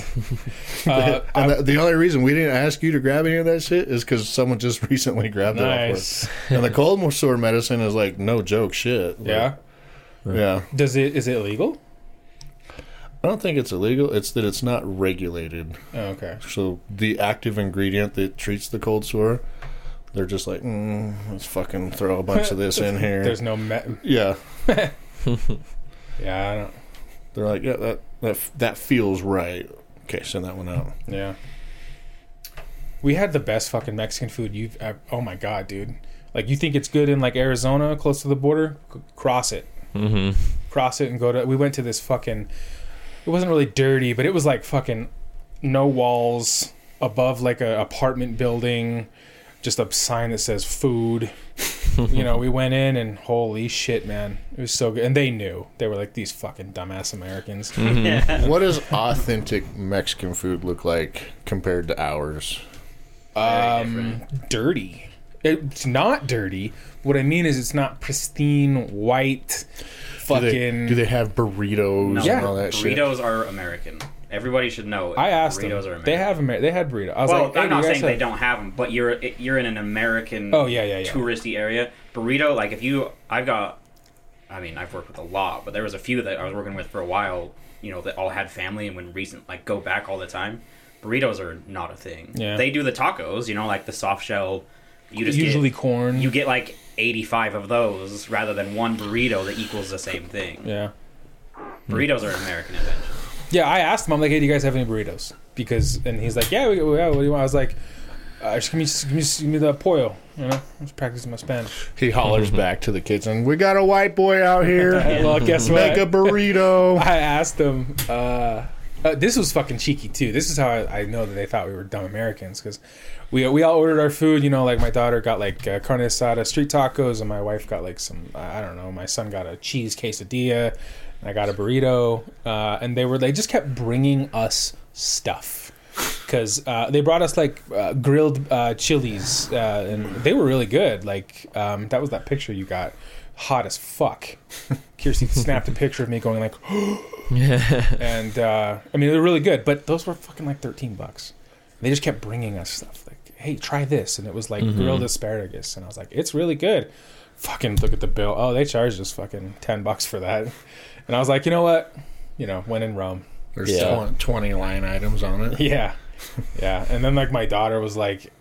[SPEAKER 1] uh,
[SPEAKER 2] And the, the only reason we didn't ask you to grab any of that shit is because someone just recently grabbed it off us.
[SPEAKER 1] nice.
[SPEAKER 2] And the cold sore medicine is like no joke shit. Like,
[SPEAKER 1] Yeah.
[SPEAKER 2] yeah.
[SPEAKER 1] Does it is it legal?
[SPEAKER 2] I don't think it's illegal. It's that it's not regulated.
[SPEAKER 1] Oh, okay.
[SPEAKER 2] So the active ingredient that treats the cold sore, they're just like, mm, let's fucking throw a bunch of this in here.
[SPEAKER 1] There's no me-
[SPEAKER 2] Yeah,
[SPEAKER 1] Yeah, I don't.
[SPEAKER 2] they're like, yeah, that that that feels right. Okay, send that one out.
[SPEAKER 1] Yeah. We had the best fucking Mexican food you've. I, oh my god, dude! Like you think it's good in like Arizona, close to the border, C- cross it,
[SPEAKER 5] Mm-hmm.
[SPEAKER 1] cross it, and go to. We went to this fucking. It wasn't really dirty, but it was like fucking no walls above like a apartment building, just a sign that says food. you know, we went in and holy shit, man, it was so good. And they knew they were like these fucking dumbass Americans.
[SPEAKER 2] What does authentic Mexican food look like compared to ours?
[SPEAKER 1] um, dirty. It's not dirty. What I mean is, it's not pristine white.
[SPEAKER 2] Do
[SPEAKER 1] Fucking.
[SPEAKER 2] they, do they have burritos
[SPEAKER 3] No.
[SPEAKER 1] Yeah.
[SPEAKER 2] and all that shit?
[SPEAKER 3] burritos are American. Everybody should know.
[SPEAKER 1] I asked
[SPEAKER 3] burritos are
[SPEAKER 1] them.
[SPEAKER 3] American.
[SPEAKER 1] They have Amer- They had burrito. I was
[SPEAKER 3] Well,
[SPEAKER 1] like, hey,
[SPEAKER 3] I'm
[SPEAKER 1] do you
[SPEAKER 3] not
[SPEAKER 1] guys
[SPEAKER 3] saying they
[SPEAKER 1] have-
[SPEAKER 3] don't have them, but you're you're in an American.
[SPEAKER 1] Oh, yeah, yeah, yeah.
[SPEAKER 3] Touristy area burrito. Like if you, I've got. I mean, I've worked with a lot, but there was a few that I was working with for a while. You know, that all had family and would recent like go back all the time. Burritos are not a thing.
[SPEAKER 1] Yeah.
[SPEAKER 3] They do the tacos. You know, like the soft shell. You just
[SPEAKER 1] Usually
[SPEAKER 3] get,
[SPEAKER 1] corn.
[SPEAKER 3] you get like 85 of those rather than one burrito that equals the same thing.
[SPEAKER 1] yeah.
[SPEAKER 3] Burritos are an American invention.
[SPEAKER 1] Yeah, I asked him. I'm like, hey, do you guys have any burritos? Because, and he's like, yeah, we, we- yeah what do you want? I was like, uh, just give me, just give me, just give me the pollo. You know, I was practicing my Spanish.
[SPEAKER 2] He hollers back to the kitchen. We got a white boy out here.
[SPEAKER 1] Well, guess what?
[SPEAKER 2] Make a burrito.
[SPEAKER 1] I asked them. Uh, uh, this was fucking cheeky too. This is how I, I know that they thought we were dumb Americans because we we all ordered our food. You know, like my daughter got like uh, carne asada, street tacos, and my wife got like some I I don't know. My son got a cheese quesadilla, and I got a burrito, uh, and they were they just kept bringing us stuff. Because uh, they brought us like uh, grilled uh, chilies, uh, and they were really good. Like um, that was that picture you got, hot as fuck. Kirsty snapped a picture of me going like, and uh, I mean they're really good, but those were fucking like thirteen bucks. They just kept bringing us stuff like, "Hey, try this," and it was like grilled asparagus, and I was like, "It's really good." Fucking look at the bill. Oh, they charged us fucking ten bucks for that, and I was like, "You know what? You know, when in Rome."
[SPEAKER 2] There's
[SPEAKER 4] Yeah.
[SPEAKER 2] twen- 20 line items on it.
[SPEAKER 1] Yeah, yeah. And then like my daughter was like,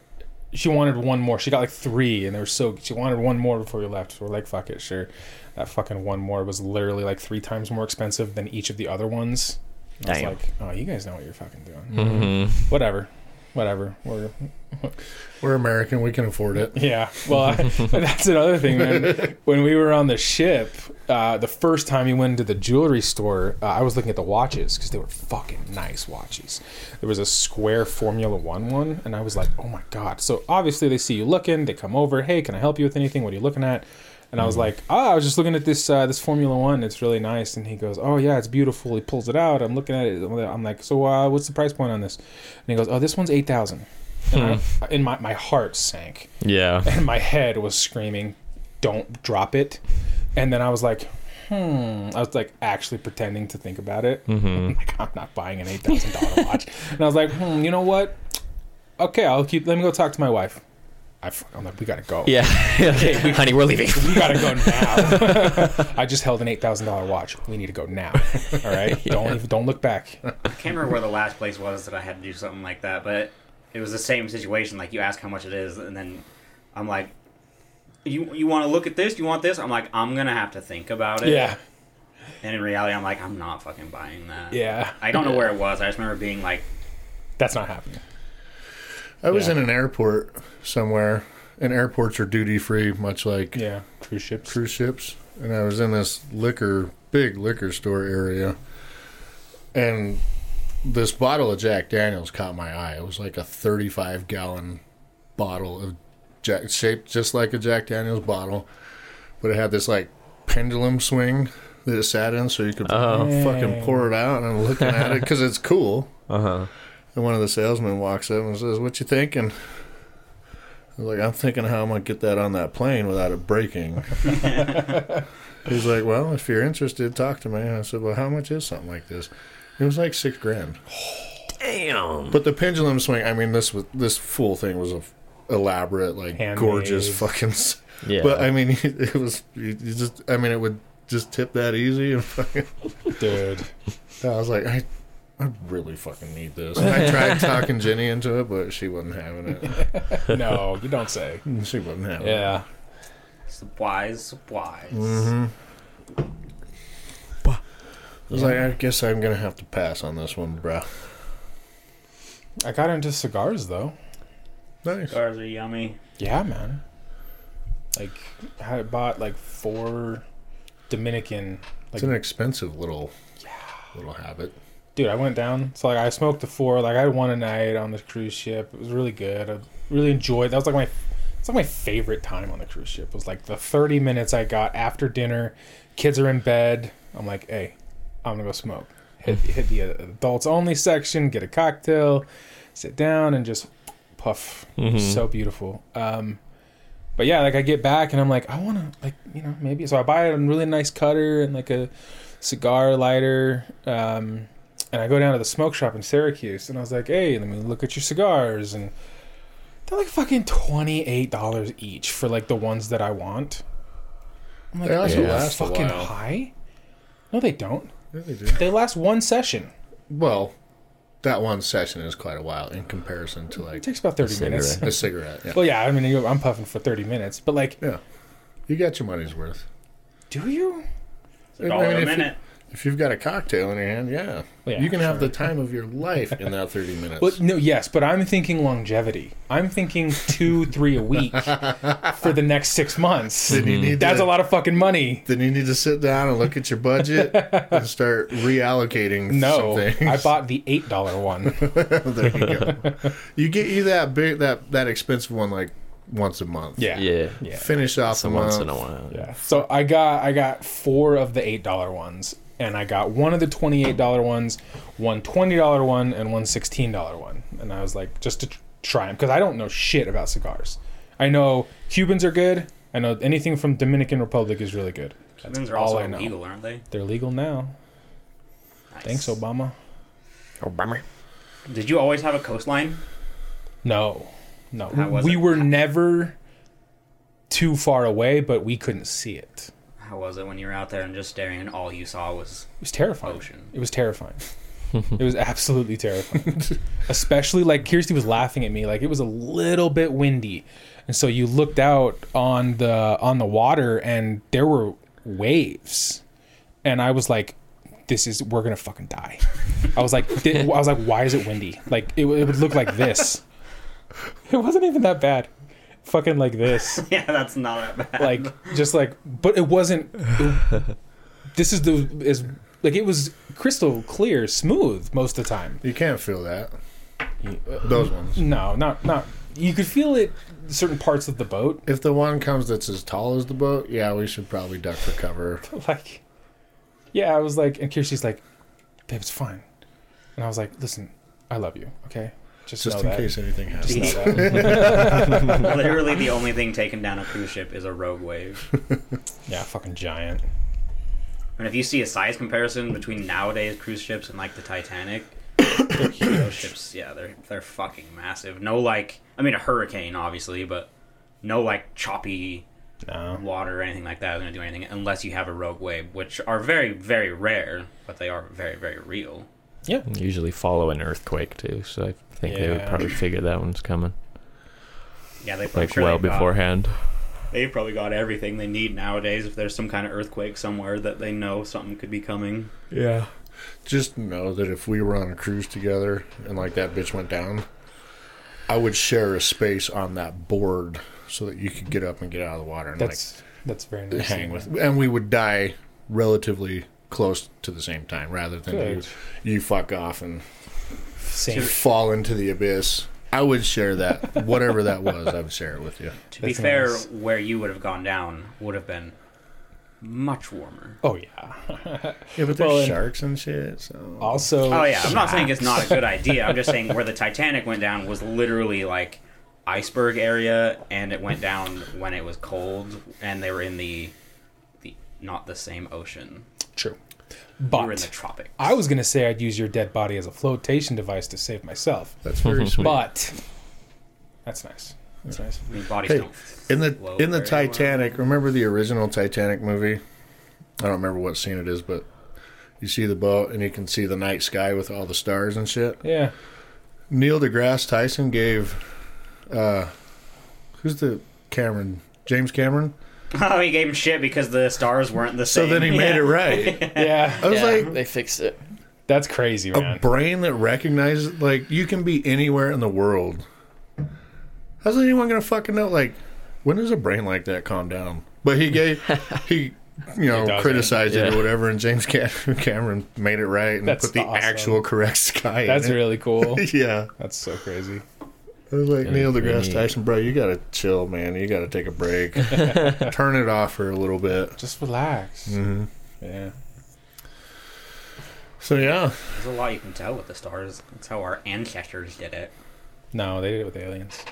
[SPEAKER 1] she wanted one more. She got like three, and they were so she wanted one more before we left. So we're like, "Fuck it, sure." That fucking one more was literally like three times more expensive than each of the other ones. And I
[SPEAKER 5] Damn.
[SPEAKER 1] was like, "Oh, you guys know what you're fucking doing."
[SPEAKER 5] Mm-hmm.
[SPEAKER 1] whatever whatever We're-
[SPEAKER 2] We're American. We can afford it.
[SPEAKER 1] yeah well I, that's another thing man when we were on the ship uh, the first time we went into the jewelry store uh, i was looking at the watches because they were fucking nice watches there was a square formula one one and i was like oh my god so obviously they see you looking they come over hey can i help you with anything what are you looking at and I was like, "Ah, I was just looking at this uh, this Formula One. It's really nice." And he goes, "Oh yeah, it's beautiful." He pulls it out. I'm looking at it. I'm like, "So uh, what's the price point on this?" And he goes, "Oh, this one's 8,000. And I, in my my heart sank,
[SPEAKER 5] Yeah.
[SPEAKER 1] and my head was screaming, "Don't drop it!" And then I was like, "Hmm." I was like actually pretending to think about it. I'm like, I'm not buying an eight thousand dollar watch. And I was like, "Hmm, you know what? Okay, I'll keep. Let me go talk to my wife." I, f- I'm like, we gotta go.
[SPEAKER 5] Yeah. okay, honey, we're leaving.
[SPEAKER 1] We gotta go now. I just held an eight thousand dollar watch. We need to go now. All right, don't even, don't look back.
[SPEAKER 3] I can't remember where the last place was that I had to do something like that, but it was the same situation. Like you ask how much it is, and then I'm like, "You you want to look at this? You want this?" I'm like, "I'm gonna have to think about it."
[SPEAKER 1] Yeah,
[SPEAKER 3] And in reality, I'm like, "I'm not fucking buying that."
[SPEAKER 1] yeah,
[SPEAKER 3] I don't know where it was. I just remember being like,
[SPEAKER 1] that's not happening.
[SPEAKER 2] I was
[SPEAKER 1] Yeah.
[SPEAKER 2] in an airport somewhere, and airports are duty free, much like
[SPEAKER 1] Yeah, cruise ships.
[SPEAKER 2] cruise ships, and I was in this liquor, big liquor store area, and this bottle of Jack Daniels caught my eye. It was like a 35 gallon bottle of Jack, shaped just like a Jack Daniels bottle, but it had this like pendulum swing that it sat in, so you could fucking pour it out. And I'm looking at it because it's cool.
[SPEAKER 5] Uh huh.
[SPEAKER 2] And one of the salesmen walks up and says, "What you thinking?" I was like, "I'm thinking how I'm gonna get that on that plane without it breaking." He's like, "Well, if you're interested, talk to me." And I said, "Well, how much is something like this?" It was like six grand.
[SPEAKER 5] Damn.
[SPEAKER 2] But the pendulum swing. I mean, this was this full thing was a f- elaborate, like
[SPEAKER 1] Handmade.
[SPEAKER 2] gorgeous fucking. s-
[SPEAKER 5] Yeah.
[SPEAKER 2] But I mean, it was you you just. I mean, it would just tip that easy and fucking.
[SPEAKER 1] Dude,
[SPEAKER 2] I was like, I, I really fucking need this. And I tried talking Jenny into it, but she wasn't having it.
[SPEAKER 1] no, you don't say.
[SPEAKER 2] She wasn't having it.
[SPEAKER 1] Yeah,
[SPEAKER 3] "Supplies, supplies."
[SPEAKER 1] Mm-hmm.
[SPEAKER 2] Mm-hmm. I was like, I guess I'm gonna have to pass on this one, bro.
[SPEAKER 1] I got into cigars though.
[SPEAKER 2] Nice.
[SPEAKER 3] Cigars are yummy.
[SPEAKER 1] Yeah, man. Like, I bought like four Dominican. Like,
[SPEAKER 2] It's an expensive little, little habit.
[SPEAKER 1] dude, I went down. So like, I smoked the four. Like, I had one a night on the cruise ship. It was really good. I really enjoyed. That was like my, it's like my favorite time on the cruise ship. Was like the thirty minutes I got after dinner. Kids are in bed. I'm like, hey, I'm gonna go smoke. Hit hit the adults only section. Get a cocktail. Sit down and just puff. So beautiful. Um, but yeah, like I get back and I'm like, I want to like you know maybe so I buy a really nice cutter and like a cigar lighter, um, and I go down to the smoke shop in Syracuse and I was like, hey, let me look at your cigars and they're like fucking twenty eight dollars each for like the ones that I want. I'm like,
[SPEAKER 2] They also
[SPEAKER 1] "Are you
[SPEAKER 2] last a
[SPEAKER 1] fucking
[SPEAKER 2] while."
[SPEAKER 1] high. No, they don't.
[SPEAKER 2] Yeah, they do.
[SPEAKER 1] They last one session.
[SPEAKER 2] Well, that one session is quite a while in comparison to
[SPEAKER 1] It
[SPEAKER 2] like
[SPEAKER 1] takes about thirty minutes.
[SPEAKER 5] cigarette.
[SPEAKER 2] a cigarette. Yeah.
[SPEAKER 1] Well, yeah, I mean, you- I'm puffing for thirty minutes, but like,
[SPEAKER 2] Yeah. You got your money's worth.
[SPEAKER 1] do you?
[SPEAKER 3] It's a dollar
[SPEAKER 2] I mean,
[SPEAKER 3] a
[SPEAKER 2] if you-
[SPEAKER 3] minute.
[SPEAKER 2] If you've got a cocktail in your hand, yeah,
[SPEAKER 1] Yeah,
[SPEAKER 2] you can have the time of your life in that thirty minutes.
[SPEAKER 1] But no, yes, but I'm thinking longevity. I'm thinking two, three a week for the next six months.
[SPEAKER 2] Then you need
[SPEAKER 1] That's
[SPEAKER 2] to-
[SPEAKER 1] a lot of fucking money.
[SPEAKER 2] Then you need to sit down and look at your budget and start reallocating.
[SPEAKER 1] No,
[SPEAKER 2] some things.
[SPEAKER 1] I bought the eight dollar one.
[SPEAKER 2] there you go. You get you that big that that expensive one like once a month.
[SPEAKER 1] Yeah,
[SPEAKER 5] yeah.
[SPEAKER 1] yeah,
[SPEAKER 2] Finish off
[SPEAKER 5] So
[SPEAKER 2] the
[SPEAKER 5] once
[SPEAKER 2] month.
[SPEAKER 5] in a while.
[SPEAKER 1] yeah. So I got I got four of the eight dollar ones, and I got one of the twenty eight dollar ones, one twenty dollar one, and one sixteen dollar one. And I was like, just to tr- try them because I don't know shit about cigars. I know Cubans are good. I know anything from Dominican Republic is really good. That's
[SPEAKER 3] Those are
[SPEAKER 1] all
[SPEAKER 3] also
[SPEAKER 1] I know.
[SPEAKER 3] illegal, aren't they?
[SPEAKER 1] They're legal now.
[SPEAKER 3] Nice.
[SPEAKER 1] Thanks, Obama.
[SPEAKER 5] Oh, bummer.
[SPEAKER 3] Did you always have a coastline?
[SPEAKER 1] No, no.
[SPEAKER 3] How was
[SPEAKER 1] we
[SPEAKER 3] it?
[SPEAKER 1] were never too far away, but we couldn't see it.
[SPEAKER 3] How was it when you were out there and just staring and all you saw was
[SPEAKER 1] It was terrifying.
[SPEAKER 3] Ocean.
[SPEAKER 1] It was terrifying. it was absolutely terrifying. Especially like Kirsty was laughing at me. Like it was a little bit windy, and so you looked out on the on the water, and there were waves, and I was like. This is we're gonna fucking die. I was like, thi- I was like, why is it windy? Like it, would- it would look like this. It wasn't even that bad. Fucking like this
[SPEAKER 3] yeah, that's not that bad.
[SPEAKER 1] like just like but it wasn't this is the is like it was crystal clear smooth most of the time
[SPEAKER 2] You can't feel that.
[SPEAKER 5] uh,
[SPEAKER 2] Those ones.
[SPEAKER 1] no not not you could feel it certain parts of the boat
[SPEAKER 2] If the one comes that's as tall as the boat, yeah, we should probably duck for cover.
[SPEAKER 1] like yeah i was like and kirsty's like babe it's fine and i was like listen i love you okay just,
[SPEAKER 2] Just
[SPEAKER 1] know
[SPEAKER 2] in
[SPEAKER 1] that.
[SPEAKER 2] case anything happens.
[SPEAKER 1] Just know that.
[SPEAKER 3] Literally, the only thing taking down a cruise ship is a rogue wave.
[SPEAKER 1] yeah fucking giant
[SPEAKER 3] And if you see a size comparison between nowadays cruise ships and like the Titanic, those ships, yeah, they're they're fucking massive. No, like I mean, a hurricane, obviously, but no like choppy
[SPEAKER 1] No.
[SPEAKER 3] water or anything like that is going to do anything unless you have a rogue wave, which are very, very rare, but they are very, very real.
[SPEAKER 5] Usually follow an earthquake too, so I think they would
[SPEAKER 1] Yeah.
[SPEAKER 5] probably figure that one's coming
[SPEAKER 3] Yeah, they I'm
[SPEAKER 5] like
[SPEAKER 3] sure
[SPEAKER 5] well
[SPEAKER 3] they've got-
[SPEAKER 5] beforehand.
[SPEAKER 3] They've probably got everything they need nowadays. If there's some kind of earthquake somewhere that they know something could be coming,
[SPEAKER 2] Yeah. Just know that if we were on a cruise together and like that bitch went down, I would share a space on that board so that you could get up and get out of the water and
[SPEAKER 1] That's that's very
[SPEAKER 2] like
[SPEAKER 1] nice.
[SPEAKER 2] hang with. And we would die relatively close to the same time rather than
[SPEAKER 1] Good.
[SPEAKER 2] you, you fuck off and
[SPEAKER 1] Same.
[SPEAKER 2] fall into the abyss. I would share that, whatever that was, I would share it with you.
[SPEAKER 3] to be
[SPEAKER 1] That's
[SPEAKER 3] fair,
[SPEAKER 1] nice.
[SPEAKER 3] where you would have gone down would have been much warmer.
[SPEAKER 1] Oh yeah.
[SPEAKER 2] Yeah, but
[SPEAKER 1] Well, and-
[SPEAKER 2] sharks and shit, so.
[SPEAKER 1] Also.
[SPEAKER 3] Oh yeah, I'm not saying it's not a good idea. I'm just saying where the Titanic went down was literally like iceberg area, and it went down when it was cold, and they were in the, the not the same ocean.
[SPEAKER 1] True.
[SPEAKER 3] We were in the
[SPEAKER 1] But
[SPEAKER 3] tropics.
[SPEAKER 1] I was gonna say I'd use your dead body as a flotation device to save myself,
[SPEAKER 2] That's very sweet.
[SPEAKER 1] but that's nice. That's nice.
[SPEAKER 3] I mean, bodies
[SPEAKER 2] Hey,
[SPEAKER 3] don't.
[SPEAKER 2] in the
[SPEAKER 3] float
[SPEAKER 2] in the
[SPEAKER 3] very well.
[SPEAKER 2] Titanic. Remember the original Titanic movie? I don't remember what scene it is, but you see the boat and you can see the night sky with all the stars and shit.
[SPEAKER 1] Yeah.
[SPEAKER 2] Neil deGrasse Tyson gave uh who's the Cameron James Cameron.
[SPEAKER 3] Oh, he gave him shit because the stars weren't the
[SPEAKER 2] So
[SPEAKER 3] same.
[SPEAKER 2] then he made
[SPEAKER 3] Yeah.
[SPEAKER 2] it right.
[SPEAKER 1] Yeah.
[SPEAKER 2] I was like
[SPEAKER 5] they fixed it.
[SPEAKER 1] That's crazy,
[SPEAKER 2] a
[SPEAKER 1] man.
[SPEAKER 2] brain that recognizes like you can be anywhere in the world. How's anyone gonna fucking know? Like, when does a brain like that calm down? But he gave he you know
[SPEAKER 1] doesn't.
[SPEAKER 2] criticized it
[SPEAKER 5] Yeah.
[SPEAKER 2] or whatever, and James Cam- Cameron made it right and
[SPEAKER 1] That's
[SPEAKER 2] put the
[SPEAKER 1] awesome.
[SPEAKER 2] actual correct sky.
[SPEAKER 1] That's
[SPEAKER 2] in it.
[SPEAKER 1] really cool.
[SPEAKER 2] yeah.
[SPEAKER 1] That's so crazy.
[SPEAKER 2] I was like
[SPEAKER 5] Yeah,
[SPEAKER 2] Neil
[SPEAKER 5] pretty
[SPEAKER 2] deGrasse
[SPEAKER 5] neat.
[SPEAKER 2] Tyson, bro. You gotta chill, man. You gotta take a break. Turn it off for a little bit.
[SPEAKER 1] Just relax.
[SPEAKER 2] hmm
[SPEAKER 1] Yeah.
[SPEAKER 2] So yeah,
[SPEAKER 3] There's a lot you can tell with the stars. That's how our ancestors did it.
[SPEAKER 1] No, they did it with aliens.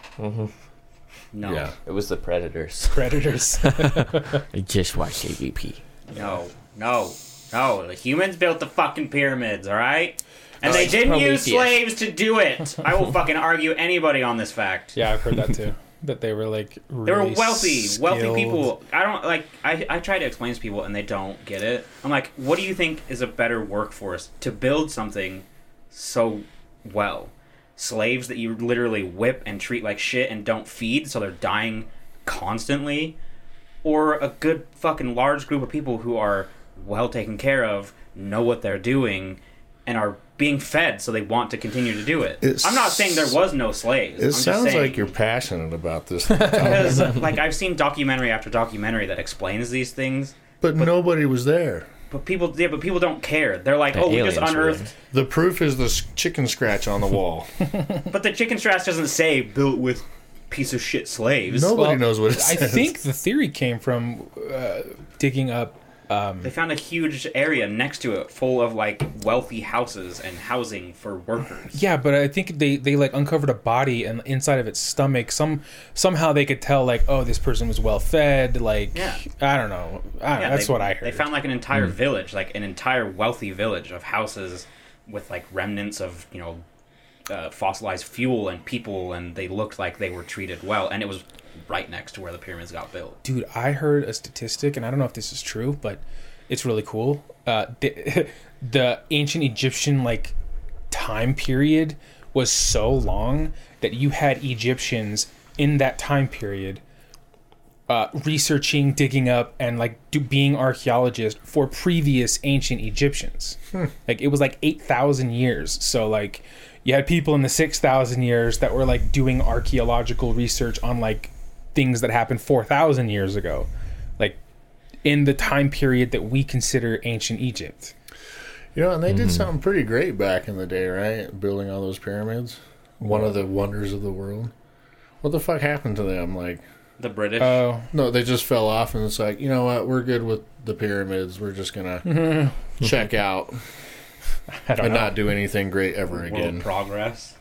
[SPEAKER 3] No,
[SPEAKER 2] yeah.
[SPEAKER 4] It was the Predators.
[SPEAKER 1] Predators.
[SPEAKER 5] I just watched AVP.
[SPEAKER 3] no, no, no. The humans built the fucking pyramids, all right? And they
[SPEAKER 5] it's
[SPEAKER 3] didn't
[SPEAKER 5] Prometheus.
[SPEAKER 3] use slaves to do it. I will fucking argue anybody on this fact.
[SPEAKER 1] yeah, I've heard that too. That they were like
[SPEAKER 3] They were
[SPEAKER 1] really
[SPEAKER 3] wealthy, wealthy
[SPEAKER 1] skilled.
[SPEAKER 3] people. I don't like. I, I try to explain to people and they don't get it. I'm like, what do you think is a better workforce to build something so well? Slaves that you literally whip and treat like shit and don't feed, so they're dying constantly, or a good fucking large group of people who are well taken care of, know what they're doing, and are being fed, so they want to continue to do it.
[SPEAKER 2] It's-
[SPEAKER 3] I'm not saying there was no slaves.
[SPEAKER 2] It
[SPEAKER 3] I'm just
[SPEAKER 2] sounds
[SPEAKER 3] saying-
[SPEAKER 2] like you're passionate about this,
[SPEAKER 3] because
[SPEAKER 1] Oh,
[SPEAKER 3] like I've seen documentary after documentary that explains these things,
[SPEAKER 2] but nobody was there.
[SPEAKER 3] but people yeah, but people don't care. They're like,
[SPEAKER 5] The
[SPEAKER 3] oh, we just
[SPEAKER 5] aliens were
[SPEAKER 3] unearthed,
[SPEAKER 2] The proof is the s- chicken scratch on the wall.
[SPEAKER 3] but the chicken scratch doesn't say built with piece of shit slaves.
[SPEAKER 2] Nobody
[SPEAKER 1] Well,
[SPEAKER 2] knows what it
[SPEAKER 1] I
[SPEAKER 2] says.
[SPEAKER 1] think the theory came from uh, digging up. Um,
[SPEAKER 3] They found a huge area next to it full of like wealthy houses and housing for workers.
[SPEAKER 1] yeah, but I think they, they like uncovered a body and inside of its stomach. Some somehow they could tell like, oh, this person was well fed. Like,
[SPEAKER 3] Yeah.
[SPEAKER 1] I don't know. I don't,
[SPEAKER 3] Yeah,
[SPEAKER 1] that's
[SPEAKER 3] they-
[SPEAKER 1] what I heard. Hmm.
[SPEAKER 3] They found like an entire village, like an entire wealthy village of houses with like remnants of you know uh, fossilized fuel and people, and they looked like they were treated well, and it was right next to where the pyramids got built.
[SPEAKER 1] dude i heard a statistic and i don't know if this is true but it's really cool uh the, the ancient egyptian like time period was so long that you had egyptians in that time period uh, researching digging up and like do, being archaeologists for previous ancient egyptians like it was like 8000 years so like you had people in the 6000 years that were like doing archaeological research on like things that happened 4000 years ago like in the time period that we consider ancient egypt
[SPEAKER 2] You know, and they did something pretty great back in the day, right? Building all those pyramids. One of the wonders of the world. What the fuck happened to them? Like,
[SPEAKER 3] The British.
[SPEAKER 1] oh
[SPEAKER 2] no, they just fell off, and it's like, you know what? We're good with the pyramids. We're just gonna check out
[SPEAKER 1] i don't
[SPEAKER 2] and
[SPEAKER 1] know
[SPEAKER 2] not do anything great ever
[SPEAKER 3] world
[SPEAKER 2] again.
[SPEAKER 3] progress.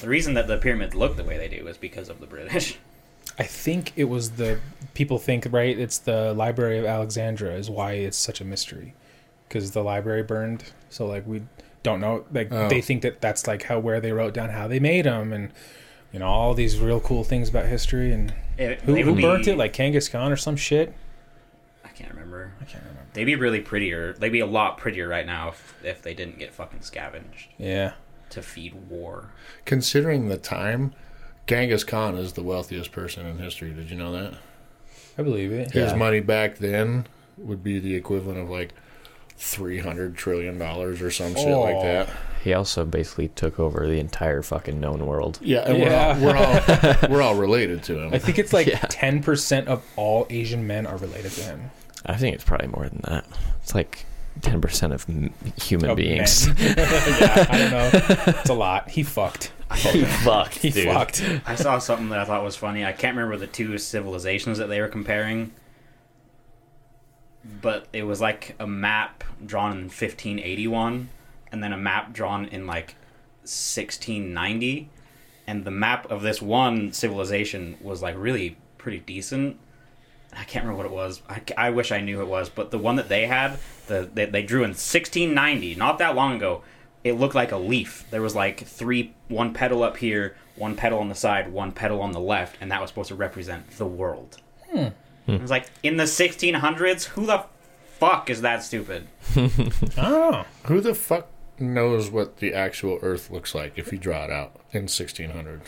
[SPEAKER 3] The reason that the pyramids look the way they do is because of the British.
[SPEAKER 1] i think it was the people think right it's the library of alexandria is why it's such a mystery because the library burned so like we don't know like
[SPEAKER 2] Oh.
[SPEAKER 1] they think that that's like how where they wrote down how they made them and you know all these real cool things about history and
[SPEAKER 3] It-
[SPEAKER 1] who,
[SPEAKER 3] they would
[SPEAKER 1] who burnt
[SPEAKER 3] be-
[SPEAKER 1] it like Kangaskhan or some shit.
[SPEAKER 3] I can't remember.
[SPEAKER 1] I can't remember.
[SPEAKER 3] They'd be really prettier. They'd be a lot prettier right now if, if they didn't get fucking scavenged
[SPEAKER 1] Yeah,
[SPEAKER 3] to feed war.
[SPEAKER 2] Considering the time, Genghis Khan is the wealthiest person in history. Did you know that?
[SPEAKER 1] I believe it.
[SPEAKER 2] His
[SPEAKER 4] Yeah.
[SPEAKER 2] money back then would be the equivalent of like three hundred trillion dollars or some shit like
[SPEAKER 1] Oh.
[SPEAKER 2] that.
[SPEAKER 5] He also basically took over the entire fucking known world.
[SPEAKER 2] Yeah, and
[SPEAKER 1] Yeah.
[SPEAKER 2] We're, all, we're all we're all related to
[SPEAKER 1] I
[SPEAKER 2] him.
[SPEAKER 1] think it's like
[SPEAKER 5] Yeah.
[SPEAKER 1] ten percent of all Asian men are related to him.
[SPEAKER 5] I think it's probably more than that. It's like 10% of m- human
[SPEAKER 1] Of
[SPEAKER 5] beings.
[SPEAKER 1] men. yeah, I don't know. It's a lot. He fucked.
[SPEAKER 5] he fucked,
[SPEAKER 1] He
[SPEAKER 5] dude.
[SPEAKER 1] fucked.
[SPEAKER 3] I saw something that I thought was funny. I can't remember the two civilizations that they were comparing, but it was like a map drawn in 1581 and then a map drawn in like 1690. And the map of this one civilization was like really pretty decent. I can't remember what it was. I, I wish I knew who it was, but the one that they had, the they, they drew in 1690, not that long ago. It looked like a leaf. There was like three, one petal up here, one petal on the side, one petal on the left, and that was supposed to represent the world. Hmm. It was like in the 1600s. Who the fuck is that stupid?
[SPEAKER 1] Oh,
[SPEAKER 2] Who the fuck knows what the actual Earth looks like if you draw it out in sixteen hundred?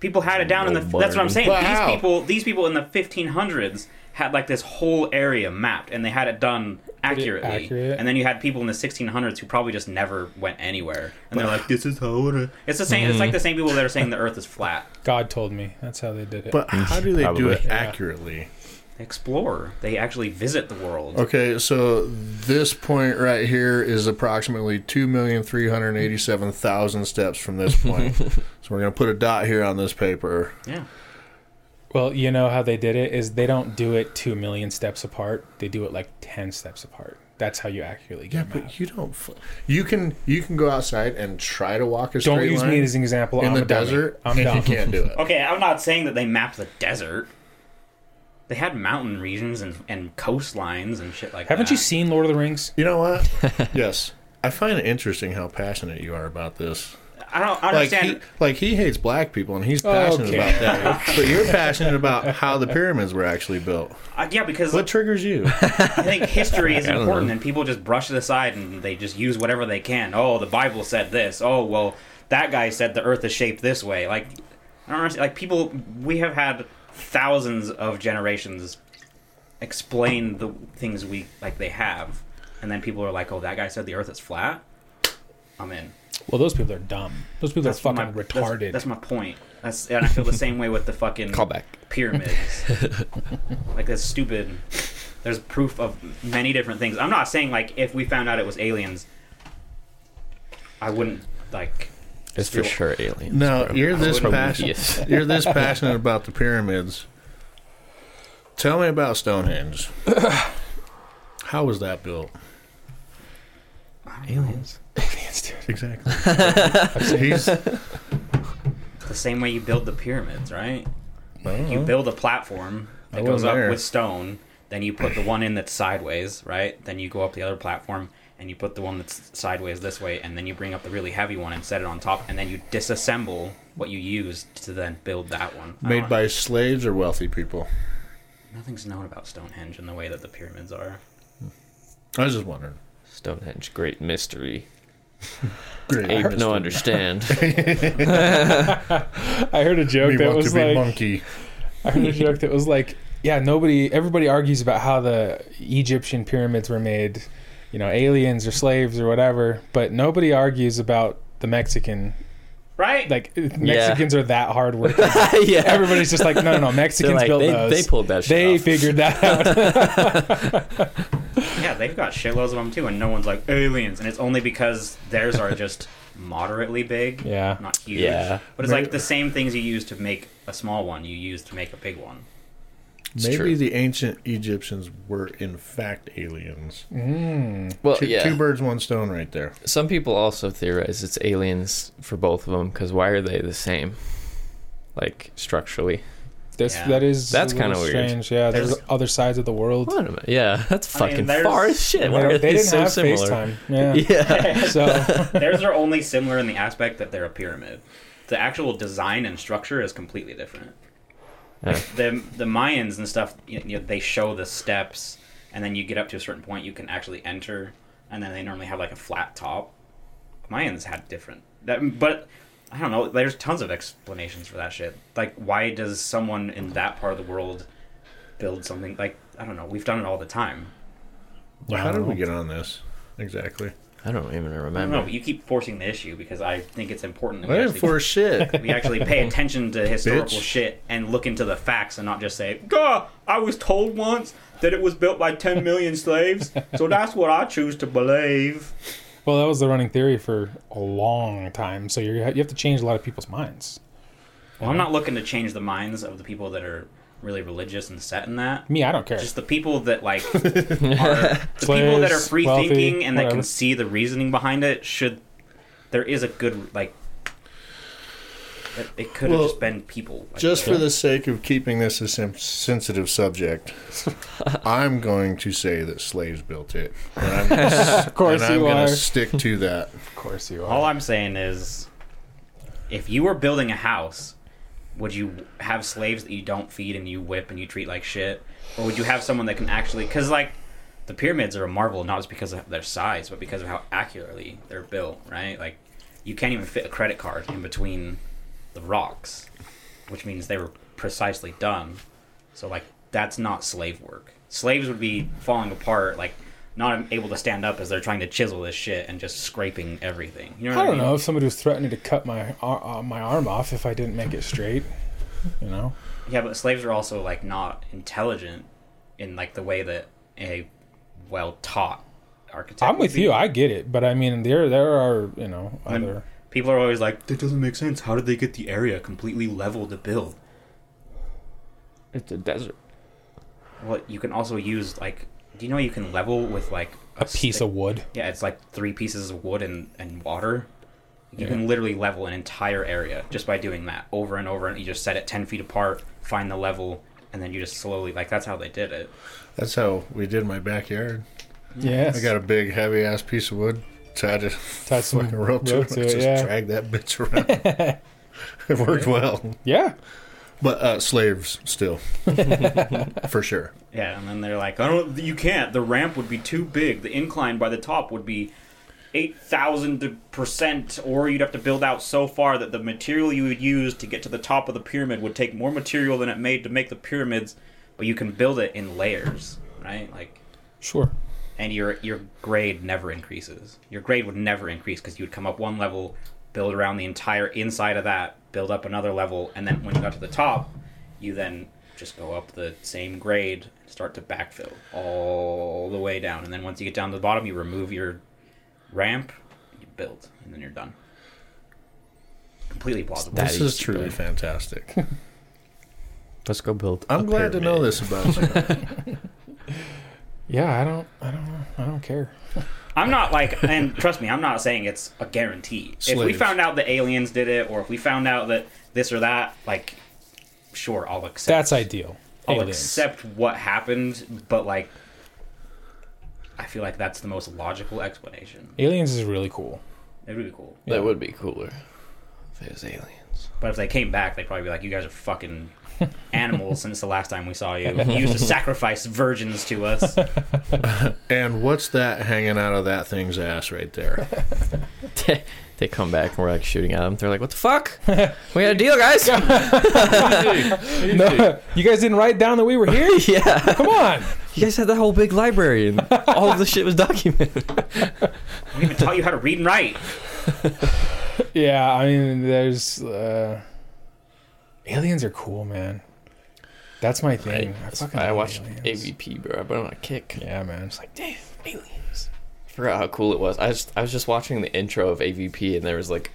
[SPEAKER 3] People had it down in the.
[SPEAKER 5] Nobody.
[SPEAKER 3] That's what I'm saying.
[SPEAKER 2] But how?
[SPEAKER 3] These people, these people in the 1500s had like this whole area mapped, and they had it done accurately.
[SPEAKER 1] accurate.
[SPEAKER 3] And then you had people in the 1600s who probably just never went anywhere, and they're like, "This is how it is." It's the same. It's
[SPEAKER 2] Mm-hmm.
[SPEAKER 3] like the same people that are saying the Earth is flat.
[SPEAKER 1] God told me. That's how they did it.
[SPEAKER 2] But how do they do
[SPEAKER 5] Probably.
[SPEAKER 2] it
[SPEAKER 1] Yeah.
[SPEAKER 2] accurately?
[SPEAKER 3] They explore. They actually visit the world.
[SPEAKER 2] Okay, so this point right here is approximately 2,387,000 steps from this point. so we're going to put a dot here on this paper.
[SPEAKER 3] Yeah.
[SPEAKER 1] well, you know how they did it is they don't do it two million steps apart. They do it like ten steps apart. That's how you accurately
[SPEAKER 2] Yeah,
[SPEAKER 1] get a map.
[SPEAKER 2] but you don't f- you can you can go outside and try to walk a straight
[SPEAKER 1] Don't use
[SPEAKER 2] line
[SPEAKER 1] me as an example.
[SPEAKER 2] in
[SPEAKER 1] I'm
[SPEAKER 2] the
[SPEAKER 1] a dummy.
[SPEAKER 2] desert
[SPEAKER 1] I'm
[SPEAKER 2] and
[SPEAKER 1] dumb.
[SPEAKER 2] you can't do it.
[SPEAKER 3] Okay, I'm not saying that they mapped the desert. They had mountain regions and, and coastlines and shit like that.
[SPEAKER 1] Haven't you seen Lord of the Rings?
[SPEAKER 2] You know what? yes. I find it interesting how passionate you are about this.
[SPEAKER 3] I don't I don't
[SPEAKER 2] Like
[SPEAKER 3] understand.
[SPEAKER 2] he, like he hates black people and he's passionate
[SPEAKER 1] Okay.
[SPEAKER 2] about that. but you're passionate about how the pyramids were actually built.
[SPEAKER 3] Uh, yeah, because
[SPEAKER 2] What triggers you?
[SPEAKER 3] I think history is
[SPEAKER 5] I don't
[SPEAKER 3] important,
[SPEAKER 5] know.
[SPEAKER 3] and people just brush it aside and they just use whatever they can. Oh, the Bible said this. Oh, well, that guy said the Earth is shaped this way. Like, I don't understand. Like, people, we have had thousands of generations explain the things we like they have, and then people are like, "Oh, that guy said the Earth is flat." I'm in.
[SPEAKER 1] Well, those people are dumb. Those people are
[SPEAKER 3] my-
[SPEAKER 1] fucking retarded.
[SPEAKER 3] That's, that's my point. That's and I feel the same way with the fucking
[SPEAKER 5] Callback.
[SPEAKER 3] pyramids. like that's stupid. There's proof of many different things. I'm not saying like if we found out it was aliens, I wouldn't like.
[SPEAKER 5] It's for sure
[SPEAKER 3] Still-
[SPEAKER 5] aliens.
[SPEAKER 2] No,
[SPEAKER 5] bro.
[SPEAKER 2] you're this
[SPEAKER 5] Prometheus.
[SPEAKER 2] You're this passionate about the pyramids. Tell me about Stonehenge. How was that built?
[SPEAKER 5] Aliens.
[SPEAKER 1] Aliens, dude.
[SPEAKER 2] Exactly. He's,
[SPEAKER 3] The same way you build the pyramids, right? You
[SPEAKER 2] you
[SPEAKER 3] build a platform
[SPEAKER 2] I
[SPEAKER 5] oh,
[SPEAKER 3] that goes
[SPEAKER 2] wasn't
[SPEAKER 3] up
[SPEAKER 2] there.
[SPEAKER 3] with stone. Then you put the one in that's sideways, right? Then you go up the other platform and you put the one that's sideways this way, and then you bring up the really heavy one and set it on top, and then you disassemble what you used to then build that one. I
[SPEAKER 2] made
[SPEAKER 3] don't-
[SPEAKER 2] by slaves or wealthy people.
[SPEAKER 3] nothing's known about Stonehenge and the way that the pyramids are.
[SPEAKER 2] I was just wondering.
[SPEAKER 5] Stonehenge, great mystery.
[SPEAKER 2] Great.
[SPEAKER 5] Ape no understand.
[SPEAKER 1] I heard a joke
[SPEAKER 2] We
[SPEAKER 1] that
[SPEAKER 2] want to
[SPEAKER 1] was
[SPEAKER 2] be
[SPEAKER 1] like
[SPEAKER 2] monkey.
[SPEAKER 1] I heard a joke that was like, yeah, nobody, everybody argues about how the Egyptian pyramids were made, you know, aliens or slaves or whatever, but nobody argues about the Mexican.
[SPEAKER 3] Right?
[SPEAKER 1] Like Mexicans are that hard working.
[SPEAKER 5] yeah.
[SPEAKER 1] Everybody's just like, no, no, no,
[SPEAKER 5] They're
[SPEAKER 1] Mexicans
[SPEAKER 5] like,
[SPEAKER 1] built
[SPEAKER 5] they,
[SPEAKER 1] those.
[SPEAKER 5] they
[SPEAKER 1] They,
[SPEAKER 5] pulled that shit off.
[SPEAKER 1] figured that out.
[SPEAKER 3] yeah, they've got shitloads of them too, and no one's like aliens, and it's only because theirs are just moderately big,
[SPEAKER 1] yeah,
[SPEAKER 3] not huge.
[SPEAKER 5] Yeah.
[SPEAKER 3] But it's like the same things you use to make a small one, you use to make a big one.
[SPEAKER 2] Maybe
[SPEAKER 5] true.
[SPEAKER 2] the ancient Egyptians were in fact aliens.
[SPEAKER 5] Well,
[SPEAKER 2] Two,
[SPEAKER 5] yeah.
[SPEAKER 2] two birds, one stone, right there.
[SPEAKER 5] Some people also theorize it's aliens for both of them because why are they the same? Like structurally,
[SPEAKER 1] That's
[SPEAKER 3] Yeah.
[SPEAKER 1] that is
[SPEAKER 5] That's
[SPEAKER 1] a little
[SPEAKER 5] kinda weird.
[SPEAKER 1] strange. Yeah, there's
[SPEAKER 3] There's-
[SPEAKER 1] other sides of the world.
[SPEAKER 5] Wait a minute. Yeah, that's
[SPEAKER 3] I mean,
[SPEAKER 5] fucking
[SPEAKER 3] there's-
[SPEAKER 5] far as shit. Why
[SPEAKER 1] They,
[SPEAKER 5] are
[SPEAKER 1] don't- they
[SPEAKER 5] they
[SPEAKER 1] didn't
[SPEAKER 5] so
[SPEAKER 1] have
[SPEAKER 5] similar?
[SPEAKER 1] FaceTime. Yeah.
[SPEAKER 5] Yeah.
[SPEAKER 1] So
[SPEAKER 3] Theirs are only similar in the aspect that they're a pyramid. The actual design and structure is completely different.
[SPEAKER 5] Yeah.
[SPEAKER 3] The the Mayans and stuff, you you know, they show the steps, and then you get up to a certain point, you can actually enter, and then they normally have like a flat top. Mayans had different that, but I don't know. There's tons of explanations for that shit. Like, why does someone in that part of the world build something? Like, I don't know. We've done it all the time.
[SPEAKER 2] How did we get on this exactly?
[SPEAKER 5] I don't even
[SPEAKER 3] I don't know.
[SPEAKER 5] remember.
[SPEAKER 3] But you keep forcing the issue because I think it's important. That
[SPEAKER 2] I
[SPEAKER 3] we
[SPEAKER 2] didn't
[SPEAKER 3] actually-
[SPEAKER 2] force shit.
[SPEAKER 3] we actually pay attention to historical
[SPEAKER 2] Bitch.
[SPEAKER 3] shit and look into the facts and not just say, "Gah, I was told once that it was built by 10 million slaves, so that's what I choose to believe."
[SPEAKER 1] well, that was the running theory for a long time. So you you have to change a lot of people's minds.
[SPEAKER 3] Well, I'm not looking to change the minds of the people that are really religious and set in that.
[SPEAKER 1] Me, I don't care.
[SPEAKER 3] Just the people that like are, the people that are
[SPEAKER 1] Slaves,
[SPEAKER 3] free
[SPEAKER 1] wealthy,
[SPEAKER 3] thinking and that
[SPEAKER 1] whatever.
[SPEAKER 3] can see the reasoning behind it should. There is a good like. It, it could have
[SPEAKER 2] Well,
[SPEAKER 3] just been people. Like,
[SPEAKER 2] Just
[SPEAKER 3] that.
[SPEAKER 2] for the sake of keeping this a sen- sensitive subject, I'm going to say that slaves built it. And I'm,
[SPEAKER 1] of course
[SPEAKER 2] and I'm
[SPEAKER 1] you
[SPEAKER 2] going
[SPEAKER 1] are.
[SPEAKER 2] to stick to that.
[SPEAKER 1] Of course you
[SPEAKER 3] All
[SPEAKER 1] are.
[SPEAKER 3] I'm saying is, if you were building a house, would you have slaves that you don't feed and you whip and you treat like shit, or would you have someone that can actually? Because like, the pyramids are a marvel not just because of their size, but because of how accurately they're built. Right? Like, you can't even fit a credit card in between the rocks, which means they were precisely done. So like, that's not slave work. Slaves would be falling apart, like not able to stand up as they're trying to chisel this shit and just scraping everything. You know what
[SPEAKER 1] I
[SPEAKER 3] I,
[SPEAKER 1] don't
[SPEAKER 3] mean?
[SPEAKER 1] know if somebody was threatening to cut my ar- uh, my arm off if I didn't make it straight. You know,
[SPEAKER 3] Yeah, but slaves are also like not intelligent in like the way that a well taught architect.
[SPEAKER 1] I'm
[SPEAKER 3] would
[SPEAKER 1] with
[SPEAKER 3] be.
[SPEAKER 1] you. I get it, but I mean, there there are you know
[SPEAKER 3] And
[SPEAKER 1] other.
[SPEAKER 3] people are always like, that doesn't make sense. How did they get the area completely level to build?
[SPEAKER 5] It's a desert.
[SPEAKER 3] Well, you can also use like, do you know you can level with like
[SPEAKER 1] A piece
[SPEAKER 3] stick-
[SPEAKER 1] of wood.
[SPEAKER 3] Yeah, it's like three pieces of wood and, and water. You can literally level an entire area just by doing that over and over. And you just set it 10 feet apart, find the level, and then you just slowly, like, that's how they did it.
[SPEAKER 2] That's how we did my backyard.
[SPEAKER 1] Yes.
[SPEAKER 2] I got a big, heavy ass piece of wood. Tied it
[SPEAKER 1] Tied some
[SPEAKER 2] fucking rope to
[SPEAKER 1] Mm, rope
[SPEAKER 2] it.
[SPEAKER 1] to
[SPEAKER 2] and
[SPEAKER 1] it,
[SPEAKER 2] just
[SPEAKER 1] yeah.
[SPEAKER 2] dragged that bitch around. it worked well.
[SPEAKER 1] yeah.
[SPEAKER 2] But uh, slaves still. For sure.
[SPEAKER 3] Yeah, and then they're like, I don't, you can't. The ramp would be too big. The incline by the top would be 8,000%, or you'd have to build out so far that the material you would use to get to the top of the pyramid would take more material than it made to make the pyramids. But you can build it in layers, right? Like,
[SPEAKER 1] Sure.
[SPEAKER 3] and your your grade never increases. Your grade would never increase because you would come up one level, build around the entire inside of that, build up another level, and then when you got to the top, you then just go up the same grade and start to backfill all the way down. And then once you get down to the bottom, you remove your ramp, you build, and then you're done. Completely plausible.
[SPEAKER 5] That
[SPEAKER 2] this
[SPEAKER 5] is
[SPEAKER 2] is truly
[SPEAKER 5] bad.
[SPEAKER 2] fantastic.
[SPEAKER 5] Let's go build.
[SPEAKER 2] I'm
[SPEAKER 5] a
[SPEAKER 2] glad to
[SPEAKER 5] pyramid.
[SPEAKER 2] know this about you.
[SPEAKER 1] Yeah, I don't. I don't. know. I don't care.
[SPEAKER 3] I'm not like, and trust me, I'm not saying it's a guarantee. If we
[SPEAKER 2] Slaves.
[SPEAKER 3] found out the aliens did it, or if we found out that this or that, like, sure, I'll accept.
[SPEAKER 1] That's ideal.
[SPEAKER 3] I'll
[SPEAKER 1] Aliens.
[SPEAKER 3] accept what happened, but like, I feel like that's the most logical explanation.
[SPEAKER 1] Aliens is really cool.
[SPEAKER 3] It'd be cool.
[SPEAKER 1] Yeah.
[SPEAKER 5] That would be cooler. If it was aliens.
[SPEAKER 3] But if they came back, they'd probably be like, "You guys are fucking animals since the last time we saw you. You used to sacrifice virgins to us."
[SPEAKER 2] and what's that hanging out of that thing's ass right there?
[SPEAKER 5] they come back and we're like shooting at them. They're like, "What the fuck? we got a deal, guys."
[SPEAKER 1] No, you guys didn't write down that we were here.
[SPEAKER 5] yeah,
[SPEAKER 1] Come on.
[SPEAKER 5] you guys had that whole big library and all of the shit was documented.
[SPEAKER 3] I didn't even taught you how to read and write.
[SPEAKER 1] Yeah, I mean, there's uh, aliens are cool, man. That's my thing. I, fucking
[SPEAKER 5] I
[SPEAKER 1] love
[SPEAKER 5] watched
[SPEAKER 1] aliens.
[SPEAKER 5] AVP, bro. But I'm on a kick.
[SPEAKER 1] Yeah, man. It's
[SPEAKER 5] Like, damn, aliens. I forgot how cool it was. I just I was just watching the intro of AVP and there was like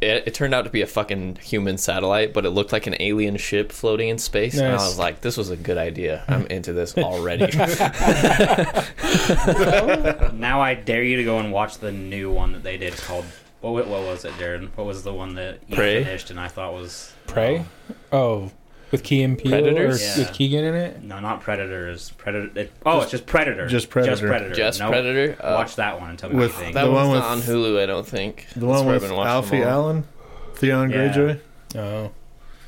[SPEAKER 5] it, it turned out to be a fucking human satellite, but it looked like an alien ship floating in space. And I
[SPEAKER 1] Nice.
[SPEAKER 5] was like, this was a good idea. I'm into this already.
[SPEAKER 3] Now I dare you to go and watch the new one that they did called what, wa- what was um, it, Darren? What was the one that you
[SPEAKER 5] Prey?
[SPEAKER 3] finished and I thought was
[SPEAKER 1] prey. Oh, with Key and Peele
[SPEAKER 5] Predator?
[SPEAKER 1] or
[SPEAKER 3] Yeah.
[SPEAKER 1] with Keegan in it.
[SPEAKER 3] No, not predators. Predator. It, oh, it's just predator.
[SPEAKER 2] just Predator.
[SPEAKER 3] predator.
[SPEAKER 5] Just
[SPEAKER 3] Nope.
[SPEAKER 5] Predator. Uh,
[SPEAKER 3] Watch that one and tell me
[SPEAKER 2] With
[SPEAKER 3] what you think.
[SPEAKER 5] That
[SPEAKER 2] The
[SPEAKER 5] one's
[SPEAKER 2] one
[SPEAKER 5] not on
[SPEAKER 2] with-
[SPEAKER 5] Hulu, I don't think.
[SPEAKER 2] The one
[SPEAKER 5] where I've
[SPEAKER 2] with
[SPEAKER 5] been watching
[SPEAKER 2] Alfie
[SPEAKER 5] them all.
[SPEAKER 2] Allen, Theon
[SPEAKER 3] Yeah.
[SPEAKER 2] Greyjoy.
[SPEAKER 1] Oh,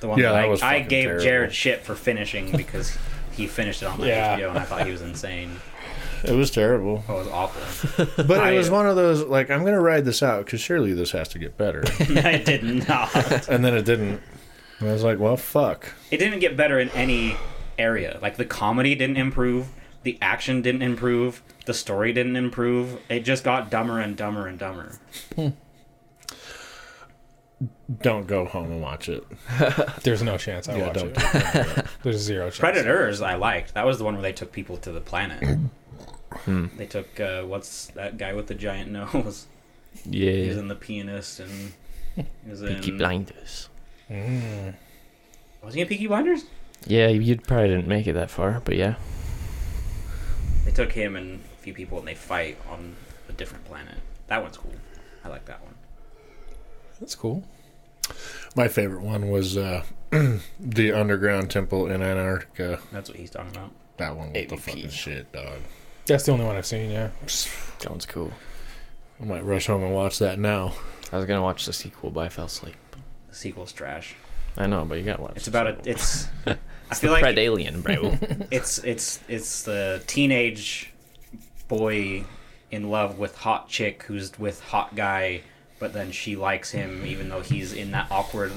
[SPEAKER 3] the one
[SPEAKER 2] Yeah,
[SPEAKER 3] that,
[SPEAKER 2] that
[SPEAKER 3] I,
[SPEAKER 2] was
[SPEAKER 3] I
[SPEAKER 2] fucking
[SPEAKER 3] gave
[SPEAKER 2] terrible.
[SPEAKER 3] Jared shit for finishing because he finished it on my
[SPEAKER 1] Yeah.
[SPEAKER 3] HBO and I thought he was insane.
[SPEAKER 2] It was terrible,
[SPEAKER 3] Oh, it was awful.
[SPEAKER 2] but
[SPEAKER 3] I-
[SPEAKER 2] it was one of those like I'm gonna ride this out because surely this has to get better,
[SPEAKER 3] I did not.
[SPEAKER 2] and then it didn't. And I was like, well, fuck.
[SPEAKER 3] It didn't get better in any area. Like the comedy didn't improve. The action didn't improve. The story didn't improve. It just got dumber and dumber and dumber.
[SPEAKER 2] Don't go home and watch it.
[SPEAKER 1] there's no chance I
[SPEAKER 2] Yeah,
[SPEAKER 1] watch
[SPEAKER 2] don't
[SPEAKER 1] it. There's zero chance.
[SPEAKER 3] Predators, I liked. That was the one where they took people to the planet. They took uh, what's that guy with the giant nose? He was
[SPEAKER 4] Yeah.
[SPEAKER 3] in The Pianist and he was
[SPEAKER 4] Peaky
[SPEAKER 3] in.
[SPEAKER 4] Blinders.
[SPEAKER 1] Mm.
[SPEAKER 3] Was he in Peaky Blinders?
[SPEAKER 4] Yeah, you probably didn't make it that far, but yeah.
[SPEAKER 3] They took him and a few people and they fight on a different planet. That one's cool. I like that one.
[SPEAKER 1] That's cool.
[SPEAKER 2] My favorite one was uh, the underground temple in Antarctica.
[SPEAKER 3] That's what he's talking about.
[SPEAKER 2] That one was the
[SPEAKER 5] AVP.
[SPEAKER 2] fucking shit, dog.
[SPEAKER 1] That's the only one I've seen. Yeah.
[SPEAKER 4] That one's cool.
[SPEAKER 2] I might rush home and watch that now.
[SPEAKER 4] I was gonna watch the sequel, but I fell asleep.
[SPEAKER 3] The sequel's trash.
[SPEAKER 4] I know, but you gotta watch.
[SPEAKER 3] It's
[SPEAKER 4] the
[SPEAKER 3] about a.
[SPEAKER 4] sequel.
[SPEAKER 3] It's. I feel like
[SPEAKER 4] Fred Alien, bro.
[SPEAKER 3] it's it's it's the teenage boy in love with hot chick who's with hot guy, but then she likes him even though he's in that awkward.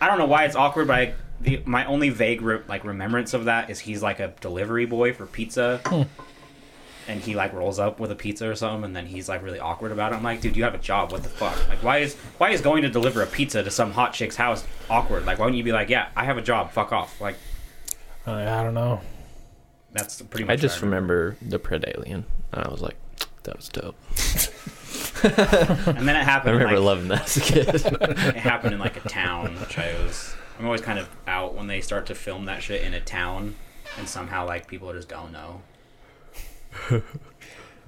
[SPEAKER 3] I don't know why it's awkward, but I, the, my only vague re- like remembrance of that is he's like a delivery boy for pizza.
[SPEAKER 4] Hmm.
[SPEAKER 3] And he like rolls up with a pizza or something, and then he's like really awkward about it. I'm like, dude, you have a job. What the fuck? Like, why is why is going to deliver a pizza to some hot chick's house awkward? Like, why wouldn't you be like, yeah, I have a job. Fuck off. Like,
[SPEAKER 1] I, Uh, I don't know.
[SPEAKER 3] that's pretty much.
[SPEAKER 4] I
[SPEAKER 3] what
[SPEAKER 4] just remember the Pred Alien, and I was like, that was dope.
[SPEAKER 3] And then it
[SPEAKER 4] I
[SPEAKER 3] happened.
[SPEAKER 4] remember
[SPEAKER 3] like,
[SPEAKER 4] loving that as a kid.
[SPEAKER 3] It happened in like a town, which I was. I'm always kind of out when they start to film that shit in a town, and somehow like people just don't know.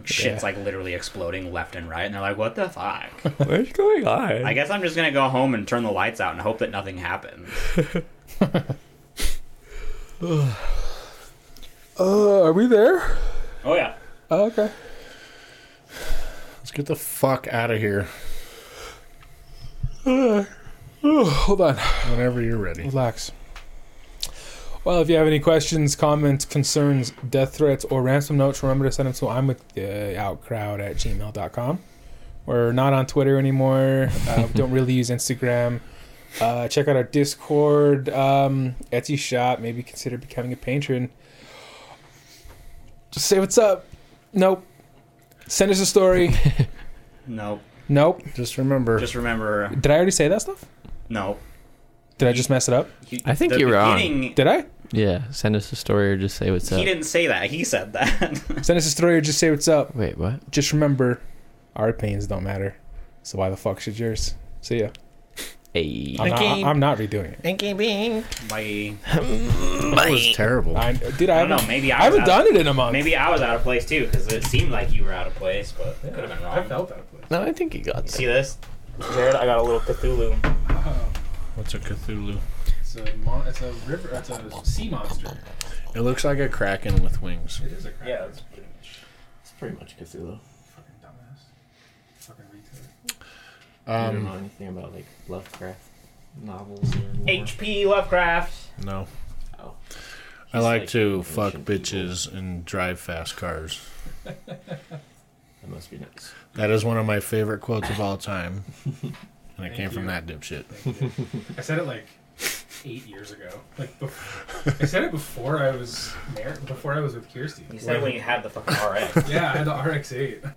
[SPEAKER 3] Shit's like literally exploding left and right, and they're like, "What the fuck?"
[SPEAKER 4] What's going on?
[SPEAKER 3] I guess I'm just gonna go home and turn the lights out and hope that nothing happens.
[SPEAKER 1] Uh, are we there?
[SPEAKER 3] Oh yeah,
[SPEAKER 1] Oh, okay.
[SPEAKER 2] Let's get the fuck out of here
[SPEAKER 1] Oh, hold on.
[SPEAKER 2] whenever you're ready.
[SPEAKER 1] Relax. Well, if you have any questions, comments, concerns, death threats, or ransom notes, remember to send them to I'm with the outcrowd at gmail.com. We're not on Twitter anymore. Uh, we don't really use Instagram. Uh, check out our Discord, um, Etsy shop. Maybe consider becoming a patron. Just say what's up. Nope. Send us a story.
[SPEAKER 3] no.
[SPEAKER 1] nope.
[SPEAKER 2] Just remember,
[SPEAKER 3] Just remember,
[SPEAKER 1] Did I already say that stuff?
[SPEAKER 3] no.
[SPEAKER 1] Did I just mess it up?
[SPEAKER 3] He-
[SPEAKER 4] I think
[SPEAKER 3] the
[SPEAKER 4] you were on.
[SPEAKER 3] beginning-
[SPEAKER 1] Did I?
[SPEAKER 4] Yeah, send us a story or just say what's
[SPEAKER 3] He
[SPEAKER 4] up.
[SPEAKER 3] didn't say that. He said that.
[SPEAKER 1] Send us a story or just say what's up.
[SPEAKER 4] Wait, what?
[SPEAKER 1] just remember our opinions don't matter. So why the fuck should yours? See ya.
[SPEAKER 4] Hey.
[SPEAKER 1] I'm, not,
[SPEAKER 5] Okay.
[SPEAKER 1] I'm not redoing it.
[SPEAKER 3] Bye.
[SPEAKER 2] that was terrible.
[SPEAKER 1] I, dude, I,
[SPEAKER 3] I don't
[SPEAKER 1] haven't,
[SPEAKER 3] know. Maybe
[SPEAKER 1] I
[SPEAKER 3] I, was
[SPEAKER 1] haven't
[SPEAKER 3] out-
[SPEAKER 1] done it in a month.
[SPEAKER 3] Maybe I was out of place too, because it seemed like you were out of place, but it could have been wrong.
[SPEAKER 5] No, I think he got that.
[SPEAKER 3] See this? Jared, I got a little Cthulhu.
[SPEAKER 2] What's a Cthulhu?
[SPEAKER 1] It's a, mon- it's a river. It's a sea monster.
[SPEAKER 2] It looks like a kraken with wings.
[SPEAKER 1] is a crap.
[SPEAKER 3] Yeah, it's
[SPEAKER 1] pretty much
[SPEAKER 5] It's pretty much Cthulhu.
[SPEAKER 1] fucking dumbass. Fucking retard.
[SPEAKER 5] I don't
[SPEAKER 2] Um,
[SPEAKER 5] know anything about like Lovecraft novels or
[SPEAKER 3] HP Lovecraft.
[SPEAKER 2] no.
[SPEAKER 5] Oh.
[SPEAKER 2] I like,
[SPEAKER 5] like
[SPEAKER 2] to fuck
[SPEAKER 5] ancient people.
[SPEAKER 2] bitches and drive fast cars.
[SPEAKER 5] That must be nice.
[SPEAKER 2] That is one of my favorite quotes of all time. And it came from
[SPEAKER 1] you.
[SPEAKER 2] that dipshit.
[SPEAKER 1] I said it like eight years ago. Like I said it before I was married. Before I was with Kirsty.
[SPEAKER 3] You said when you had the fucking RX.
[SPEAKER 1] Yeah, I had the RX-8.